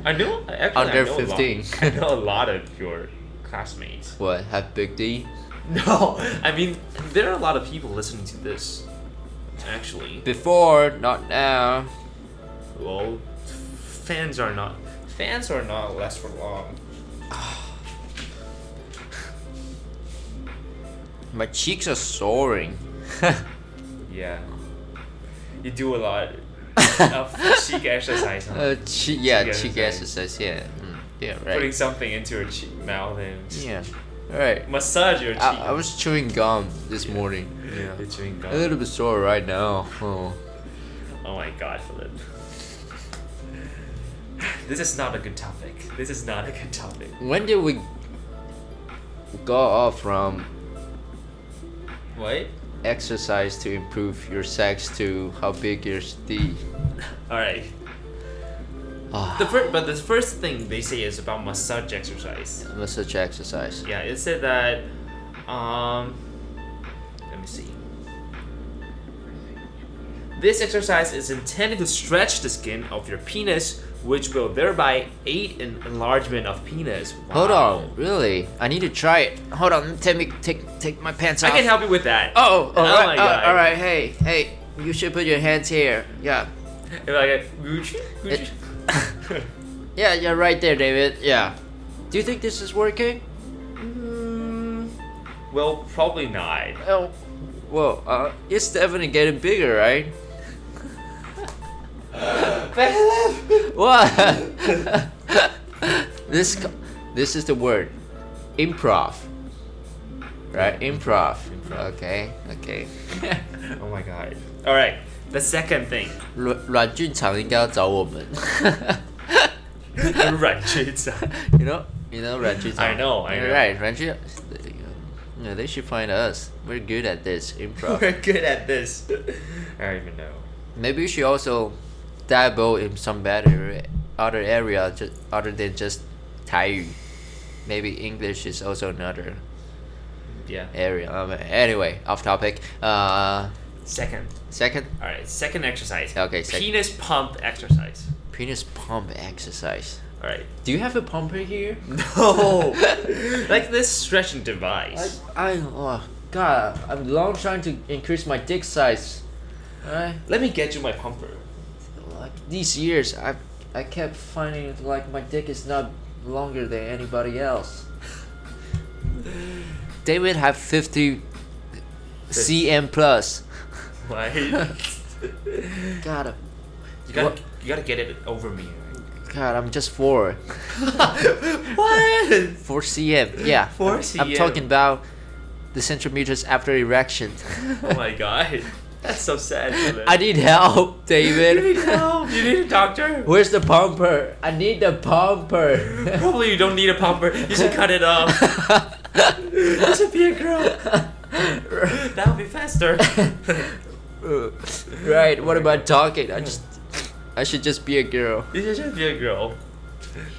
Speaker 2: I know. Actually,
Speaker 1: Under
Speaker 2: I know a lot-
Speaker 1: 15.
Speaker 2: I know a lot of your classmates.
Speaker 1: what have big D?
Speaker 2: No, I mean there are a lot of people listening to this. Actually,
Speaker 1: Before, not now.
Speaker 2: well, fans are not fans are not less for long.
Speaker 1: My cheeks are soaring.
Speaker 2: Yeah, you do a lot of Oh, cheek exercise. Huh?
Speaker 1: uh, che- yeah,
Speaker 2: Cheek eh?
Speaker 1: cheek exercise. Yeah, mm, yeah,
Speaker 2: Putting
Speaker 1: right.
Speaker 2: something into your cheek mouth and just
Speaker 1: Yeah, right.
Speaker 2: massage your cheek.
Speaker 1: I, I was chewing gum this morning.
Speaker 2: yeah. You're chewing gum.
Speaker 1: A little bit sore right now. Oh.
Speaker 2: Oh my god, Philip. This is not a good topic. This is not a good topic.
Speaker 1: When did we go off from
Speaker 2: What?
Speaker 1: exercise to improve your sex to how big your D?
Speaker 2: All right.
Speaker 1: Ah,
Speaker 2: The first, but the first thing they say is about massage exercise.
Speaker 1: massage exercise.
Speaker 2: Yeah, it said that. Um, let me see. This exercise is intended to stretch the skin of your penis, which will thereby aid in enlargement of penis.
Speaker 1: Hold
Speaker 2: Wow.
Speaker 1: on, really? I need to try it. Hold on, take me, take take my pants
Speaker 2: I
Speaker 1: off.
Speaker 2: can help you with that.
Speaker 1: Oh, all
Speaker 2: my
Speaker 1: right, uh,
Speaker 2: God.
Speaker 1: all right. Hey, hey, you should put your hands here. Yeah,
Speaker 2: If I get- would you- would
Speaker 1: It-
Speaker 2: you-
Speaker 1: yeah, yeah, right there, David. Yeah. Do you think this is working?
Speaker 2: Mm, well, probably not.
Speaker 1: Oh, well, uh, it's definitely getting bigger, right?
Speaker 2: Oh
Speaker 1: What? this, co- this is the word, improv. Right, improv.
Speaker 2: Improv.
Speaker 1: Okay, okay.
Speaker 2: oh my god. All right. The second thing.
Speaker 1: 阮-阮俊长应该要找我们。
Speaker 2: Ranchita.
Speaker 1: you know, you know, 阮俊长.
Speaker 2: I know, I know.
Speaker 1: Right, 阮俊- Yeah, they should find us. We're good at this improv.
Speaker 2: We're good at this. I don't even know.
Speaker 1: Maybe you should also dabble in some better other area just other than just Thai. Maybe English is also another
Speaker 2: Yeah.
Speaker 1: area. Um, anyway, off topic. Uh,
Speaker 2: Second.
Speaker 1: second,
Speaker 2: All right. Second exercise.
Speaker 1: Okay, sec-
Speaker 2: Penis pump exercise.
Speaker 1: penis pump exercise.
Speaker 2: All right.
Speaker 1: Do you have a pumper here?
Speaker 2: No. like this stretching device.
Speaker 1: I, oh, God, I'm long trying to increase my dick size. Alright?
Speaker 2: Let me get you my pumper.
Speaker 1: Like these years, I, I kept finding like my dick is not longer than anybody else. David have 50 cm plus.
Speaker 2: Why? you
Speaker 1: God,
Speaker 2: gotta,
Speaker 1: What?
Speaker 2: you gotta get it over me.
Speaker 1: God, I'm just four.
Speaker 2: what?
Speaker 1: Four cm. Yeah.
Speaker 2: 4
Speaker 1: I'm
Speaker 2: cm.
Speaker 1: talking about the centimeters after erection.
Speaker 2: Oh my god. That's so sad. Dylan.
Speaker 1: I need help,
Speaker 2: You need
Speaker 1: David.
Speaker 2: help. You need a doctor.
Speaker 1: Where's the pumper? I need the pumper.
Speaker 2: Probably you don't need a pumper. You should cut it off. You should be a girl. That would be faster.
Speaker 1: right. What am I talking? I just, I should just be a girl.
Speaker 2: You should just be a girl.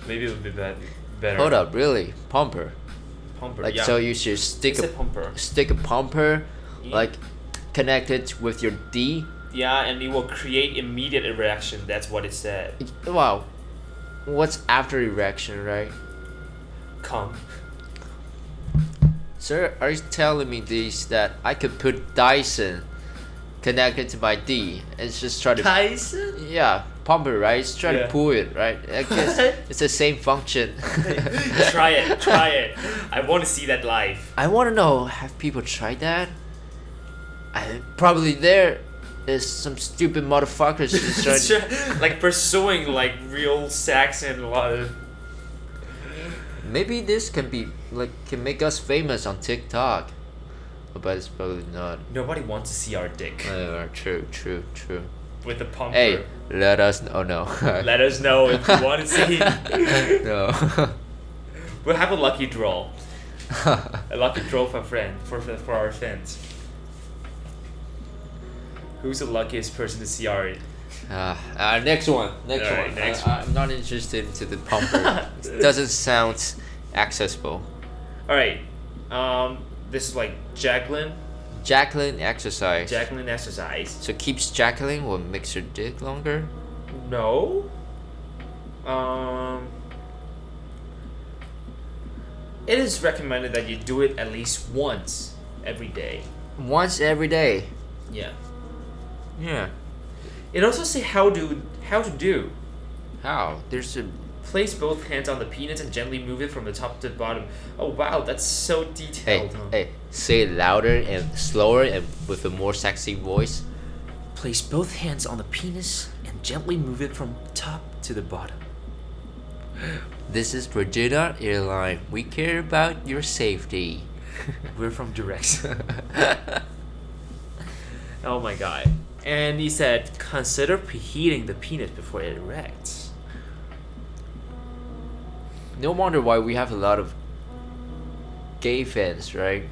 Speaker 2: Maybe it would be bet- better.
Speaker 1: Hold up, really? Pumper.
Speaker 2: Pumper.
Speaker 1: Like
Speaker 2: yeah.
Speaker 1: so you should stick
Speaker 2: It's a
Speaker 1: a
Speaker 2: pumper.
Speaker 1: stick a pumper
Speaker 2: Yeah.
Speaker 1: like connected with your D.
Speaker 2: Yeah, and it will create immediate erection. That's what it said.
Speaker 1: Wow. What's after erection, right?
Speaker 2: Come.
Speaker 1: Sir, are you telling me this that I could put Dyson connected to my D and just try to
Speaker 2: Tyson.
Speaker 1: yeah pumper right? Just try
Speaker 2: Yeah.
Speaker 1: to pull it right. I guess
Speaker 2: What?
Speaker 1: it's the same function.
Speaker 2: try it. Try it. I want to see that live.
Speaker 1: I want to know have people tried that? I probably there is some stupid motherfuckers just trying. to-
Speaker 2: like pursuing like real Saxon love.
Speaker 1: Maybe this can be like can make us famous on TikTok, but it's probably not.
Speaker 2: Nobody wants to see our dick
Speaker 1: Uh, true, true, true.
Speaker 2: with the pumper.
Speaker 1: Hey, let us. Oh no.
Speaker 2: Let us know if you want to see.
Speaker 1: no.
Speaker 2: we'll have a lucky draw. A lucky draw for friend for for for our fans. Who's the luckiest person to see our?
Speaker 1: uh, uh, next one. Next
Speaker 2: Alright,
Speaker 1: one.
Speaker 2: next
Speaker 1: I, I'm not interested into the pumper. it doesn't sound accessible.
Speaker 2: All right, um, this is like Jacqueline.
Speaker 1: Jacqueline exercise.
Speaker 2: Jacqueline exercise.
Speaker 1: so keeps Jacqueline will makes your dick longer.
Speaker 2: No. Um. It is recommended that you do it at least once every day.
Speaker 1: Once every day.
Speaker 2: Yeah.
Speaker 1: Yeah.
Speaker 2: It also say how to how to do.
Speaker 1: How? There's a
Speaker 2: Place both hands on the penis and gently move it from the top to the bottom. Oh wow, that's so
Speaker 1: Hey,
Speaker 2: detailed. huh?
Speaker 1: hey, say it louder and slower and with a more sexy voice.
Speaker 2: Place both hands on the penis and gently move it from top to the bottom.
Speaker 1: This is Virginia Airline. We care about your safety.
Speaker 2: We're from Direct. oh my god. And he said, consider preheating the penis before it erects.
Speaker 1: No wonder why we have a lot of gay fans, right?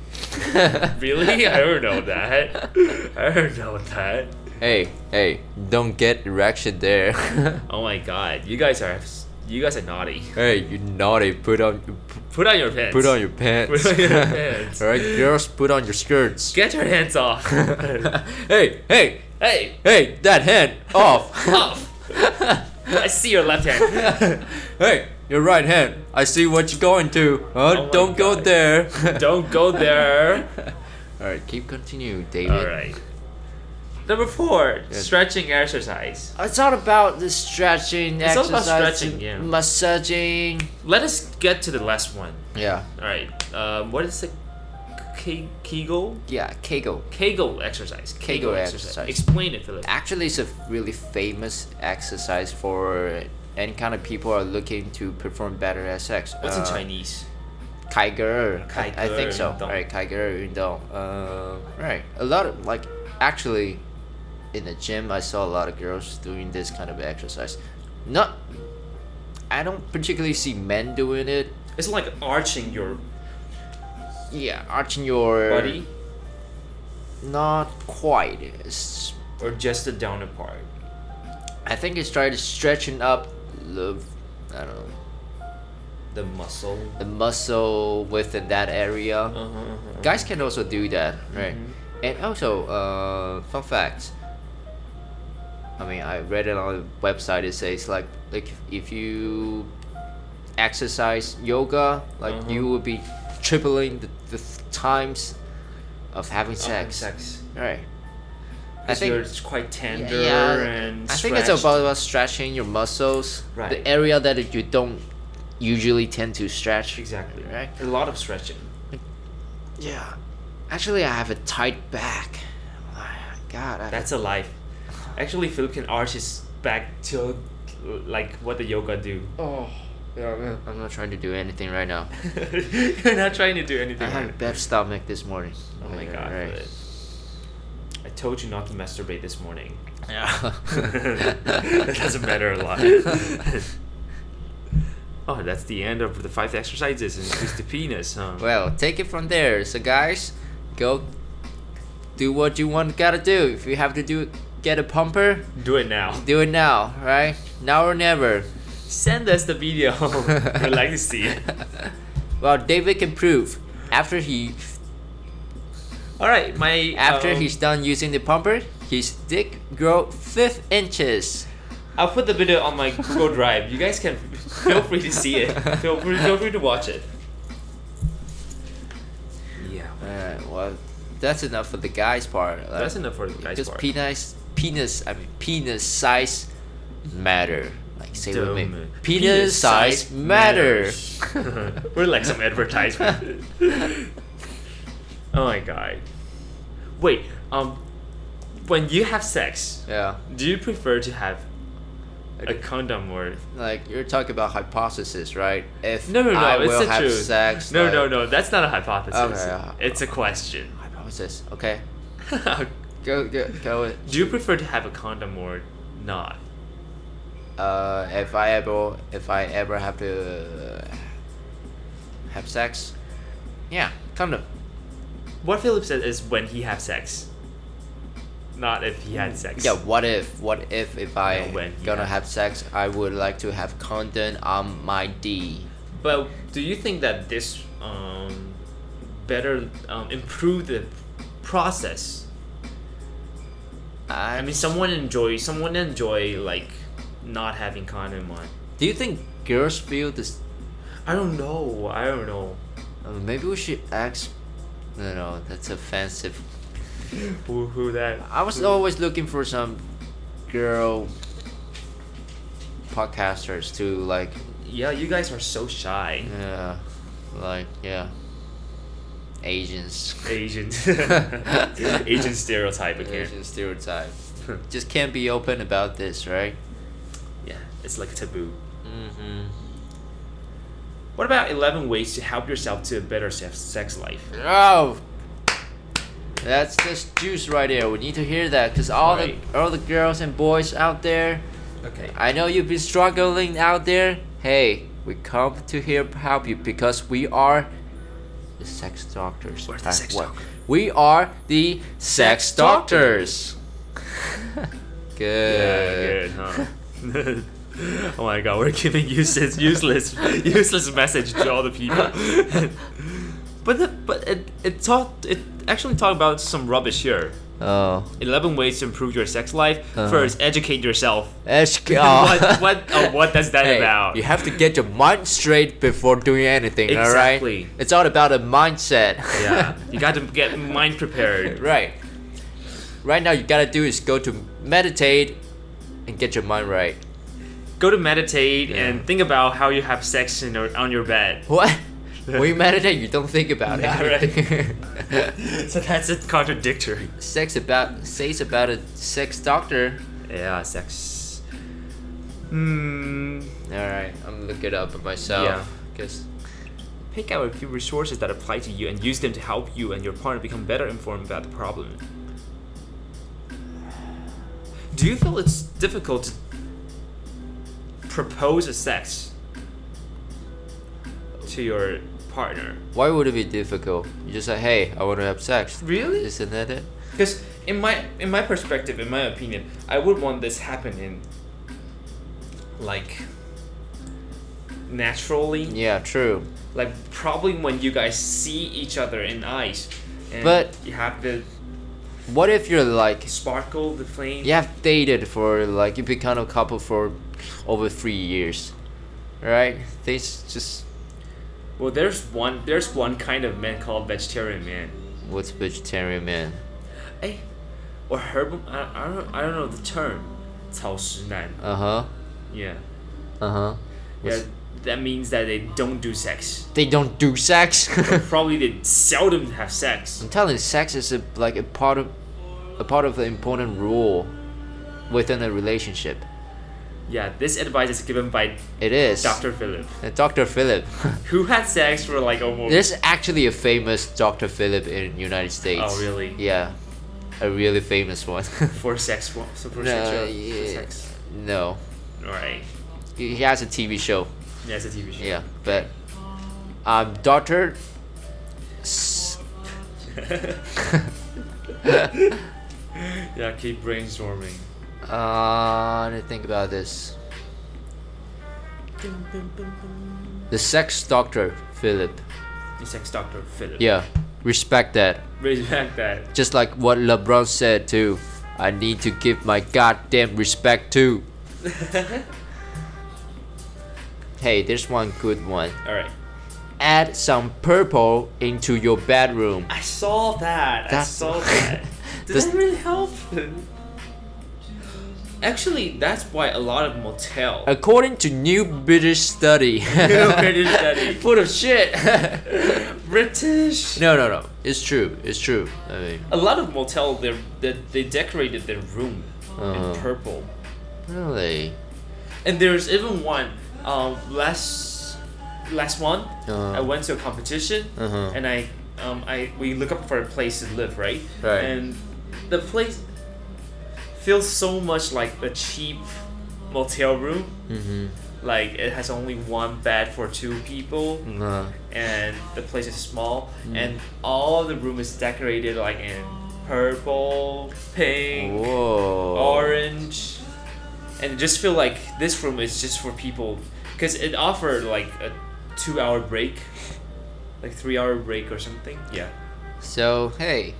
Speaker 2: Really? I don't know that. I don't know that.
Speaker 1: hey, hey, don't get erection there.
Speaker 2: Oh my god, you guys are you guys are naughty.
Speaker 1: hey, you naughty, put on
Speaker 2: Put on your pants.
Speaker 1: put on your pants.
Speaker 2: Put on your pants.
Speaker 1: Alright, girls, put on your skirts.
Speaker 2: Get your hands off.
Speaker 1: hey, hey,
Speaker 2: hey,
Speaker 1: hey, that hand off.
Speaker 2: off. I see your left hand.
Speaker 1: hey, your right hand. I see what you're going to. Huh?
Speaker 2: Oh my
Speaker 1: don't go
Speaker 2: God.
Speaker 1: there.
Speaker 2: Don't go there.
Speaker 1: All right, keep continuing, David.
Speaker 2: All right. Number four, stretching exercise.
Speaker 1: It's all about the stretching,
Speaker 2: It's all about
Speaker 1: exercise,
Speaker 2: stretching, yeah.
Speaker 1: massaging.
Speaker 2: Let us get to the last one.
Speaker 1: Yeah,
Speaker 2: All right. Um, what is it? Ke- Kegel.
Speaker 1: yeah, Kegel.
Speaker 2: Kegel exercise.
Speaker 1: Kegel exercise.
Speaker 2: Explain it, Philip.
Speaker 1: Actually, it's a really famous exercise for any kind of people are looking to perform better at sex.
Speaker 2: What's in
Speaker 1: Uh,
Speaker 2: Chinese?
Speaker 1: Kaiger. I, I think so.
Speaker 2: 开格尔运动。
Speaker 1: Right, Kaiger Yundong. Uh, right. A lot of like actually in the gym I saw a lot of girls doing this kind of exercise. Not I don't particularly see men doing it.
Speaker 2: It's like arching your
Speaker 1: Yeah, arching your
Speaker 2: body
Speaker 1: Not quite. It's,
Speaker 2: or just the downer part.
Speaker 1: I think it's trying to stretching up the I don't know
Speaker 2: The muscle.
Speaker 1: the muscle within that area.
Speaker 2: Uh-huh, uh-huh.
Speaker 1: guys can also do that right and also uh, fun fact i mean i read it on the website it says like like if you exercise yoga like
Speaker 2: Uh-huh.
Speaker 1: you will be tripling the, the th- times of having sex
Speaker 2: Sex.
Speaker 1: right i
Speaker 2: Because you're
Speaker 1: think
Speaker 2: it's quite tender
Speaker 1: yeah,
Speaker 2: and
Speaker 1: i think it's
Speaker 2: stretched.
Speaker 1: about, about stretching your muscles
Speaker 2: Right.
Speaker 1: the area that you don't usually tend to stretch
Speaker 2: exactly
Speaker 1: Right.
Speaker 2: A lot of stretching.
Speaker 1: Yeah. Actually, I have a tight back. God, I,
Speaker 2: That's a life. Actually, Philip can arch his back till like what the yoga do.
Speaker 1: Oh, yeah, man. I'm not trying to do anything right now.
Speaker 2: You're not trying to do anything.
Speaker 1: I had a bad stomach this morning.
Speaker 2: Oh my
Speaker 1: Yeah,
Speaker 2: god.
Speaker 1: right.
Speaker 2: Philip. I told you not to masturbate this morning.
Speaker 1: Yeah.
Speaker 2: it doesn't matter a lot. oh, that's the end of the five exercises and just the penis, huh?
Speaker 1: well, take it from there. So, guys, go do what you want. Gotta do. If you have to do, get a pumper.
Speaker 2: Do it now.
Speaker 1: Do it now, right? Now or never.
Speaker 2: Send us the video. We'd like to see it.
Speaker 1: Well, David can prove after he
Speaker 2: All right, my
Speaker 1: after
Speaker 2: um,
Speaker 1: he's done using the pumper, his dick grow five inches.
Speaker 2: I'll put the video on my Google Drive. You guys can feel free to see it. Feel free, feel free to watch it. Yeah,
Speaker 1: Alright, well, that's enough for the guys part. Like,
Speaker 2: Uh, that's enough for the guys
Speaker 1: Because
Speaker 2: part.
Speaker 1: penis, penis, I mean penis size matter. Like say with me,
Speaker 2: Dumb.
Speaker 1: penis, size, matters.
Speaker 2: matters. We're like some advertisement. oh my god. Wait, um, when you have sex,
Speaker 1: yeah,
Speaker 2: do you prefer to have a condom or
Speaker 1: like you're talking about hypothesis, right? If
Speaker 2: no, no, no?
Speaker 1: I
Speaker 2: it's
Speaker 1: will
Speaker 2: the
Speaker 1: have
Speaker 2: truth.
Speaker 1: sex.
Speaker 2: no,
Speaker 1: like-
Speaker 2: no, no. That's not a hypothesis.
Speaker 1: Okay. uh,
Speaker 2: It's a question.
Speaker 1: Hypothesis. Okay,
Speaker 2: do
Speaker 1: go go go. With,
Speaker 2: you prefer to have a condom or not?
Speaker 1: uh, if I ever if I ever have to uh, have sex, yeah, condom.
Speaker 2: What Philip said is when he have sex, not if he
Speaker 1: Mm.
Speaker 2: had sex.
Speaker 1: Yeah, what if what if if I
Speaker 2: Yeah, when,
Speaker 1: gonna
Speaker 2: yeah.
Speaker 1: have sex, I would like to have condom on my D.
Speaker 2: But do you think that this um, better um, improve the process? I mean, someone enjoy someone enjoy like not having condom on.
Speaker 1: do you think girls feel this?
Speaker 2: I don't know. I don't know.
Speaker 1: Uh, maybe we should ask. No, no, that's offensive.
Speaker 2: Who who that?
Speaker 1: I was always looking for some girl podcasters to like,
Speaker 2: Yeah, you guys are so shy.
Speaker 1: yeah, like yeah, Asians.
Speaker 2: Asian. Asian stereotype again.
Speaker 1: Asian stereotype. Just can't be open about this, right?
Speaker 2: Yeah, it's like taboo.
Speaker 1: Mm-hmm.
Speaker 2: What about 11 ways to help yourself to a better sex, sex life?
Speaker 1: Oh, that's just juice right there. We need to hear that because all
Speaker 2: Right.
Speaker 1: the all the girls and boys out there,
Speaker 2: Okay.
Speaker 1: I know you've been struggling out there. Hey, we come to here help you because we are the sex doctors.
Speaker 2: We're the
Speaker 1: Uh,
Speaker 2: sex
Speaker 1: what?
Speaker 2: doctor.
Speaker 1: We are the sex,
Speaker 2: Sex
Speaker 1: doctors.
Speaker 2: Yeah,
Speaker 1: good.
Speaker 2: good, huh? oh my god, we're giving useless, useless, useless message to all the people. but the, but it it talked it actually talked about some rubbish here.
Speaker 1: Oh,
Speaker 2: Eleven ways to improve your sex life.
Speaker 1: Uh-huh.
Speaker 2: First, educate yourself.
Speaker 1: Let's go.
Speaker 2: what what oh, what does that
Speaker 1: Hey,
Speaker 2: about?
Speaker 1: You have to get your mind straight before doing anything,
Speaker 2: Exactly.
Speaker 1: alright? It's all about a mindset.
Speaker 2: yeah, you got to get mind prepared.
Speaker 1: right. Right now, you gotta do is go to meditate and get your mind right.
Speaker 2: Go to meditate
Speaker 1: Yeah.
Speaker 2: and think about how you have sex in your, on your bed.
Speaker 1: What? when you meditate, you don't think about it.
Speaker 2: Yeah, so that's it contradictory.
Speaker 1: sex about says about a sex doctor.
Speaker 2: Yeah, sex. Hmm.
Speaker 1: Alright, I'm gonna look it up myself.
Speaker 2: Yeah.
Speaker 1: Because
Speaker 2: Pick out a few resources that apply to you and use them to help you and your partner become better informed about the problem. Do you feel it's difficult to propose a sex to your partner?
Speaker 1: why would it be difficult? You just say, hey, I wanna have sex.
Speaker 2: Really?
Speaker 1: Isn't that it?
Speaker 2: Because in my in my perspective, in my opinion, I would want this happen in like naturally.
Speaker 1: Yeah, true.
Speaker 2: like probably when you guys see each other in eyes and
Speaker 1: But-
Speaker 2: you have the
Speaker 1: What if you're like
Speaker 2: sparkle the flame
Speaker 1: you have dated for like you've been kind of couple for over three years right this just
Speaker 2: well there's one there's one kind of man called vegetarian man
Speaker 1: what's vegetarian man
Speaker 2: eh? or herb I, I don't I don't know the term 草食男
Speaker 1: uh-huh
Speaker 2: yeah
Speaker 1: uh-huh
Speaker 2: yeah
Speaker 1: What's-
Speaker 2: that means that they don't do sex
Speaker 1: they don't do sex i'm
Speaker 2: probably they seldom have sex
Speaker 1: telling you, sex is a, like a part of a part of the important rule within a relationship
Speaker 2: yeah this advice is given by
Speaker 1: it is
Speaker 2: Dr. Philip
Speaker 1: Uh, Dr. Philip.
Speaker 2: who had sex for like almost
Speaker 1: There's actually a famous Dr. Philip in United States.
Speaker 2: Oh, really?
Speaker 1: Yeah. A really famous one.
Speaker 2: for sex for, so for,
Speaker 1: no,
Speaker 2: sexual- for
Speaker 1: yeah.
Speaker 2: sex
Speaker 1: no.
Speaker 2: alright
Speaker 1: He he has a TV show.
Speaker 2: yeah it's a TV show
Speaker 1: Yeah, but um, Doctor. S-
Speaker 2: Yeah, keep brainstorming.
Speaker 1: uh, let me think about this. The sex doctor, Philip.
Speaker 2: The sex doctor Philip.
Speaker 1: Yeah, respect that.
Speaker 2: Respect that.
Speaker 1: Just like what LeBron said too. I need to give my goddamn respect too. hey, there's one good one.
Speaker 2: All right.
Speaker 1: Add some purple into your bedroom.
Speaker 2: I saw that.
Speaker 1: That's-
Speaker 2: I saw that. Did
Speaker 1: This-
Speaker 2: that really help? Actually, that's why a lot of motel.
Speaker 1: According to new British study.
Speaker 2: New British study.
Speaker 1: Full of shit.
Speaker 2: British.
Speaker 1: no, no, no. It's true. It's true. I mean,
Speaker 2: A lot of motel, they they, they decorated their room
Speaker 1: Uh-huh.
Speaker 2: in purple,
Speaker 1: really.
Speaker 2: and there's even one. Um, last last one,
Speaker 1: Uh-huh.
Speaker 2: I went to a competition,
Speaker 1: Uh-huh.
Speaker 2: and I um I we look up for a place to live, right?
Speaker 1: Right.
Speaker 2: And the place feels so much like a cheap motel room.
Speaker 1: Mm-hmm.
Speaker 2: Like it has only one bed for two people.
Speaker 1: Nah.
Speaker 2: and the place is small
Speaker 1: Mm.
Speaker 2: and all the room is decorated like in purple pink
Speaker 1: Whoa.
Speaker 2: orange and it just feel like this room is just for people because it offered like a two hour break like three hour break or something yeah
Speaker 1: So hey,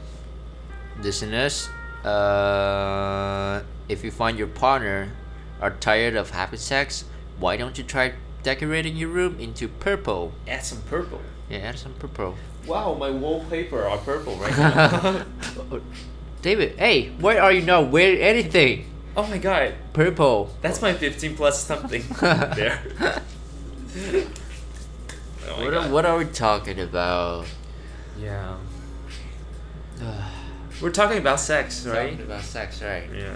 Speaker 1: listeners, uh, if you find your partner are tired of having sex, why don't you try decorating your room into purple?
Speaker 2: add some purple
Speaker 1: Yeah, add some purple.
Speaker 2: wow my wallpaper are purple right now
Speaker 1: David, hey, why are you not wearing anything?
Speaker 2: oh my god
Speaker 1: Purple.
Speaker 2: that's my 15 plus something there Oh my
Speaker 1: What are,
Speaker 2: God.
Speaker 1: what are we talking about?
Speaker 2: yeah we're talking about sex right
Speaker 1: Talking about sex, right?
Speaker 2: yeah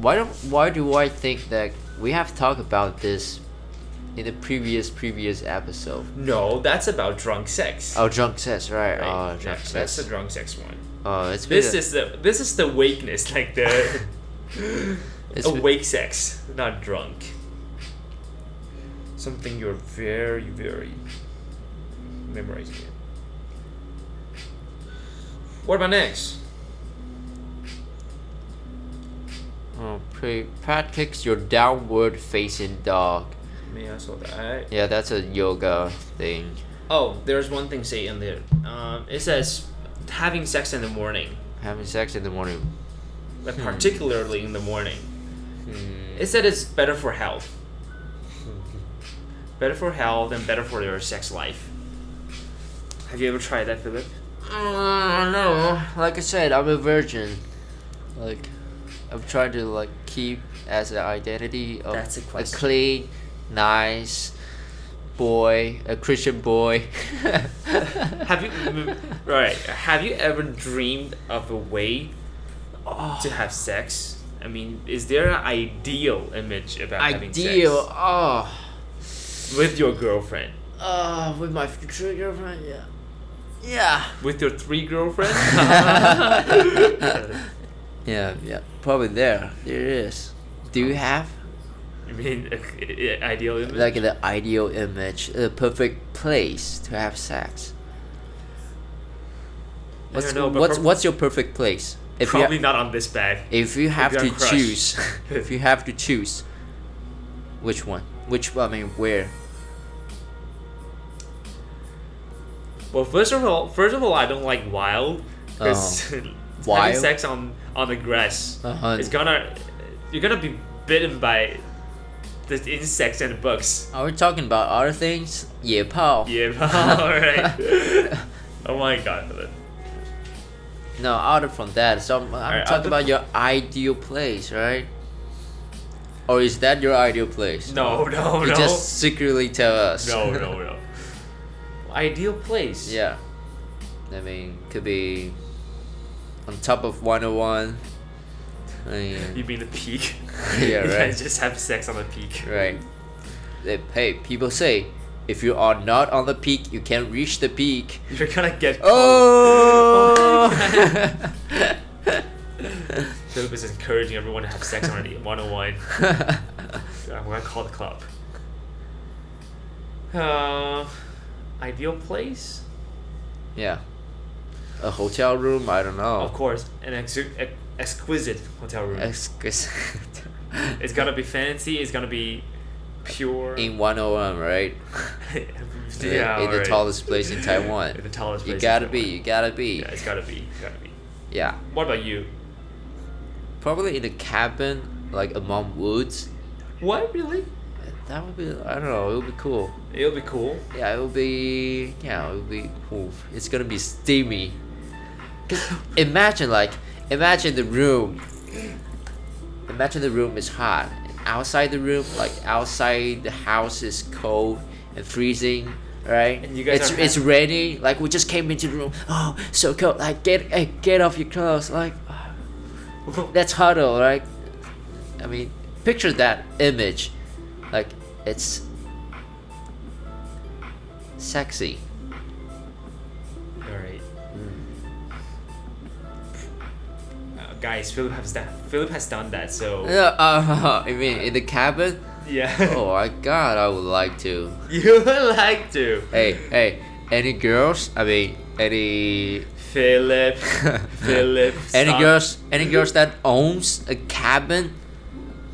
Speaker 1: Why don't why do I think that we have talked about this in the previous previous episode?
Speaker 2: No, that's about drunk sex.
Speaker 1: Oh, drunk sex, right?
Speaker 2: Right?
Speaker 1: Oh,
Speaker 2: That-
Speaker 1: drunk
Speaker 2: That's
Speaker 1: sex.
Speaker 2: the drunk sex one.
Speaker 1: oh, it's been
Speaker 2: This
Speaker 1: a-
Speaker 2: is the this is the wakeness, like the
Speaker 1: It's been-
Speaker 2: awake sex, not drunk. Something you're very very memorizing it. What about next?
Speaker 1: Oh, pra- practice your downward facing dog.
Speaker 2: May I saw that.
Speaker 1: Yeah, that's a yoga thing.
Speaker 2: Oh, there's one thing say in there. Um, it says having sex in the morning,
Speaker 1: Having sex in the morning.
Speaker 2: like particularly in the morning.
Speaker 1: Hmm.
Speaker 2: It said it's better for health. better for health and better for your sex life. Have you ever tried that, Philip?
Speaker 1: Uh, no, like I said, I'm a virgin. Like, I'm trying to like keep as an identity of
Speaker 2: That's a question.
Speaker 1: clean, nice boy, a Christian boy.
Speaker 2: Have you right? Have you ever dreamed of a way
Speaker 1: Oh,
Speaker 2: to have sex? I mean, is there an ideal image about
Speaker 1: Ideal.
Speaker 2: having
Speaker 1: Oh,
Speaker 2: sex with your girlfriend,
Speaker 1: uh, with my future girlfriend. Yeah. Yeah.
Speaker 2: with your three girlfriends?
Speaker 1: Yeah, yeah, probably there. There it is. Do
Speaker 2: Oh.
Speaker 1: you have
Speaker 2: I mean, a- a- ideal image.
Speaker 1: like the ideal image, the perfect place to have sex? What's
Speaker 2: don't know, but
Speaker 1: what's
Speaker 2: prob-
Speaker 1: what's your perfect place? If you
Speaker 2: probably
Speaker 1: ha-
Speaker 2: not on this bed.
Speaker 1: if you have
Speaker 2: you're
Speaker 1: to
Speaker 2: on crush.
Speaker 1: choose, if you have to choose, which one? Which I mean, where?
Speaker 2: Well, first of all, first of all, I don't like wild because
Speaker 1: Oh. Wild?
Speaker 2: having sex on on the grass
Speaker 1: Uh-huh.
Speaker 2: is gonna you're gonna be bitten by the insects and the bugs.
Speaker 1: Are we talking about other things? Yeah, pal.
Speaker 2: Yeah, all right. oh my god.
Speaker 1: No, other from that. So I'm, I'm
Speaker 2: Alright,
Speaker 1: talking
Speaker 2: other
Speaker 1: about your ideal place, right? Or is that your ideal place?
Speaker 2: No, Oh, no,
Speaker 1: You
Speaker 2: no,
Speaker 1: just secretly tell us.
Speaker 2: no, no, no. Ideal place.
Speaker 1: yeah. I mean, could be on top of 101. I mean,
Speaker 2: You mean the peak?
Speaker 1: Yeah, right.
Speaker 2: just have sex on the peak.
Speaker 1: right. They- Hey, people say if you are not on the peak, you can't reach the peak.
Speaker 2: You're gonna get.
Speaker 1: Oh!
Speaker 2: Philip is encouraging everyone to have sex on a 101. I'm gonna call the club. Uh, ideal place?
Speaker 1: yeah. A hotel room? I don't know.
Speaker 2: Of course, an ex- ex- exquisite hotel room.
Speaker 1: Excuse.
Speaker 2: it's gonna be fancy. It's gonna be pure.
Speaker 1: in 101, right?
Speaker 2: yeah,
Speaker 1: in the
Speaker 2: alright.
Speaker 1: tallest place in Taiwan.
Speaker 2: In the tallest
Speaker 1: You
Speaker 2: place in
Speaker 1: gotta be,
Speaker 2: Taiwan.
Speaker 1: you gotta be.
Speaker 2: Yeah, it's gotta be. It's gotta be.
Speaker 1: Yeah.
Speaker 2: What about you?
Speaker 1: Probably in a cabin, like among woods.
Speaker 2: What really?
Speaker 1: That would be, I don't know, it would be cool.
Speaker 2: It'll be cool.
Speaker 1: Yeah, it will be. Yeah, it will be cool. It's gonna be steamy. 'Cause imagine like, imagine the room. Imagine the room is hot. And outside the room, like outside the house is cold and freezing. Right?
Speaker 2: And you guys
Speaker 1: it's
Speaker 2: are
Speaker 1: it's
Speaker 2: ha-
Speaker 1: ready. Like we just came into the room. Oh, so cold. Like get hey, get off your clothes. Like ah. let's huddle. Like, I mean, picture that image. Like it's sexy.
Speaker 2: All right.
Speaker 1: Mm.
Speaker 2: Uh, guys, Philip has done. Philip has done that. So
Speaker 1: Yeah, uh, I mean, in the cabin.
Speaker 2: yeah,
Speaker 1: Oh my God, I would like to.
Speaker 2: you would like to,
Speaker 1: Hey, hey, any girls? I mean, any
Speaker 2: Philip. Philip.
Speaker 1: any
Speaker 2: stop.
Speaker 1: girls? Any girls that owns a cabin?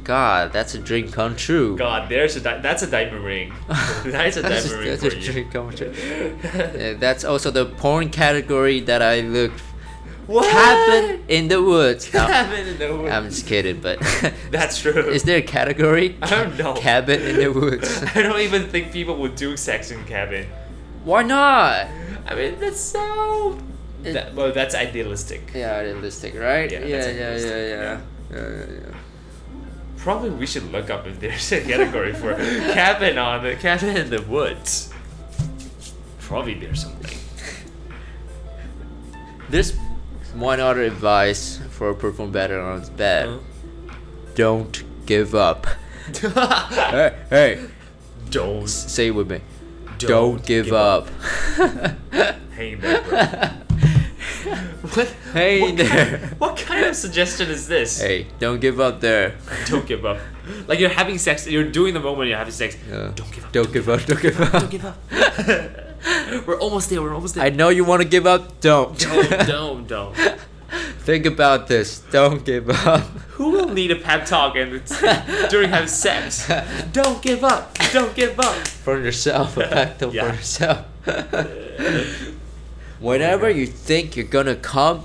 Speaker 1: God, that's a dream come true.
Speaker 2: God, there's a di- that's a diamond ring. that's a
Speaker 1: That's,
Speaker 2: diamond
Speaker 1: a,
Speaker 2: ring
Speaker 1: that's
Speaker 2: for
Speaker 1: a
Speaker 2: you.
Speaker 1: dream come true. Yeah, Uh, that's also the porn category that I looked. Cabin in the woods. No,
Speaker 2: Cabin in the woods.
Speaker 1: I'm just kidding, but
Speaker 2: that's true.
Speaker 1: is there a category?
Speaker 2: I don't know.
Speaker 1: Cabin in the woods.
Speaker 2: I don't even think people would do sex in cabin.
Speaker 1: Why not?
Speaker 2: I mean, that's so.
Speaker 1: It-
Speaker 2: That, well, that's idealistic.
Speaker 1: Yeah, realistic, right?
Speaker 2: Yeah,
Speaker 1: Yeah,
Speaker 2: that's
Speaker 1: yeah, yeah,
Speaker 2: realistic,
Speaker 1: yeah, yeah, yeah, yeah.
Speaker 2: Probably we should look up if there's a category for cabin on the cabin in the woods. Probably there's something.
Speaker 1: There's one other advice for perform better on his bed.
Speaker 2: Uh-huh.
Speaker 1: Don't give up. hey, hey,
Speaker 2: don't,
Speaker 1: say it with me. Don't, give, up.
Speaker 2: Hang there, bro. what?
Speaker 1: Hey
Speaker 2: what
Speaker 1: there.
Speaker 2: Kind, what kind of suggestion is this?
Speaker 1: hey, don't give up there.
Speaker 2: Don't give up. Like you're having sex, you're doing the moment you're having sex.
Speaker 1: Yeah.
Speaker 2: Don't give up.
Speaker 1: Don't give up. Don't give up.
Speaker 2: Don't give up. we're almost there. We're almost there.
Speaker 1: I know you want to give up. Don't.
Speaker 2: don't, don't, don't.
Speaker 1: Think about this. Don't give up.
Speaker 2: Who will need a pep talk and it's during having sex? Don't give up. Don't give up.
Speaker 1: From yourself. A fact of
Speaker 2: Yeah.
Speaker 1: for yourself. Whenever you think you're gonna come,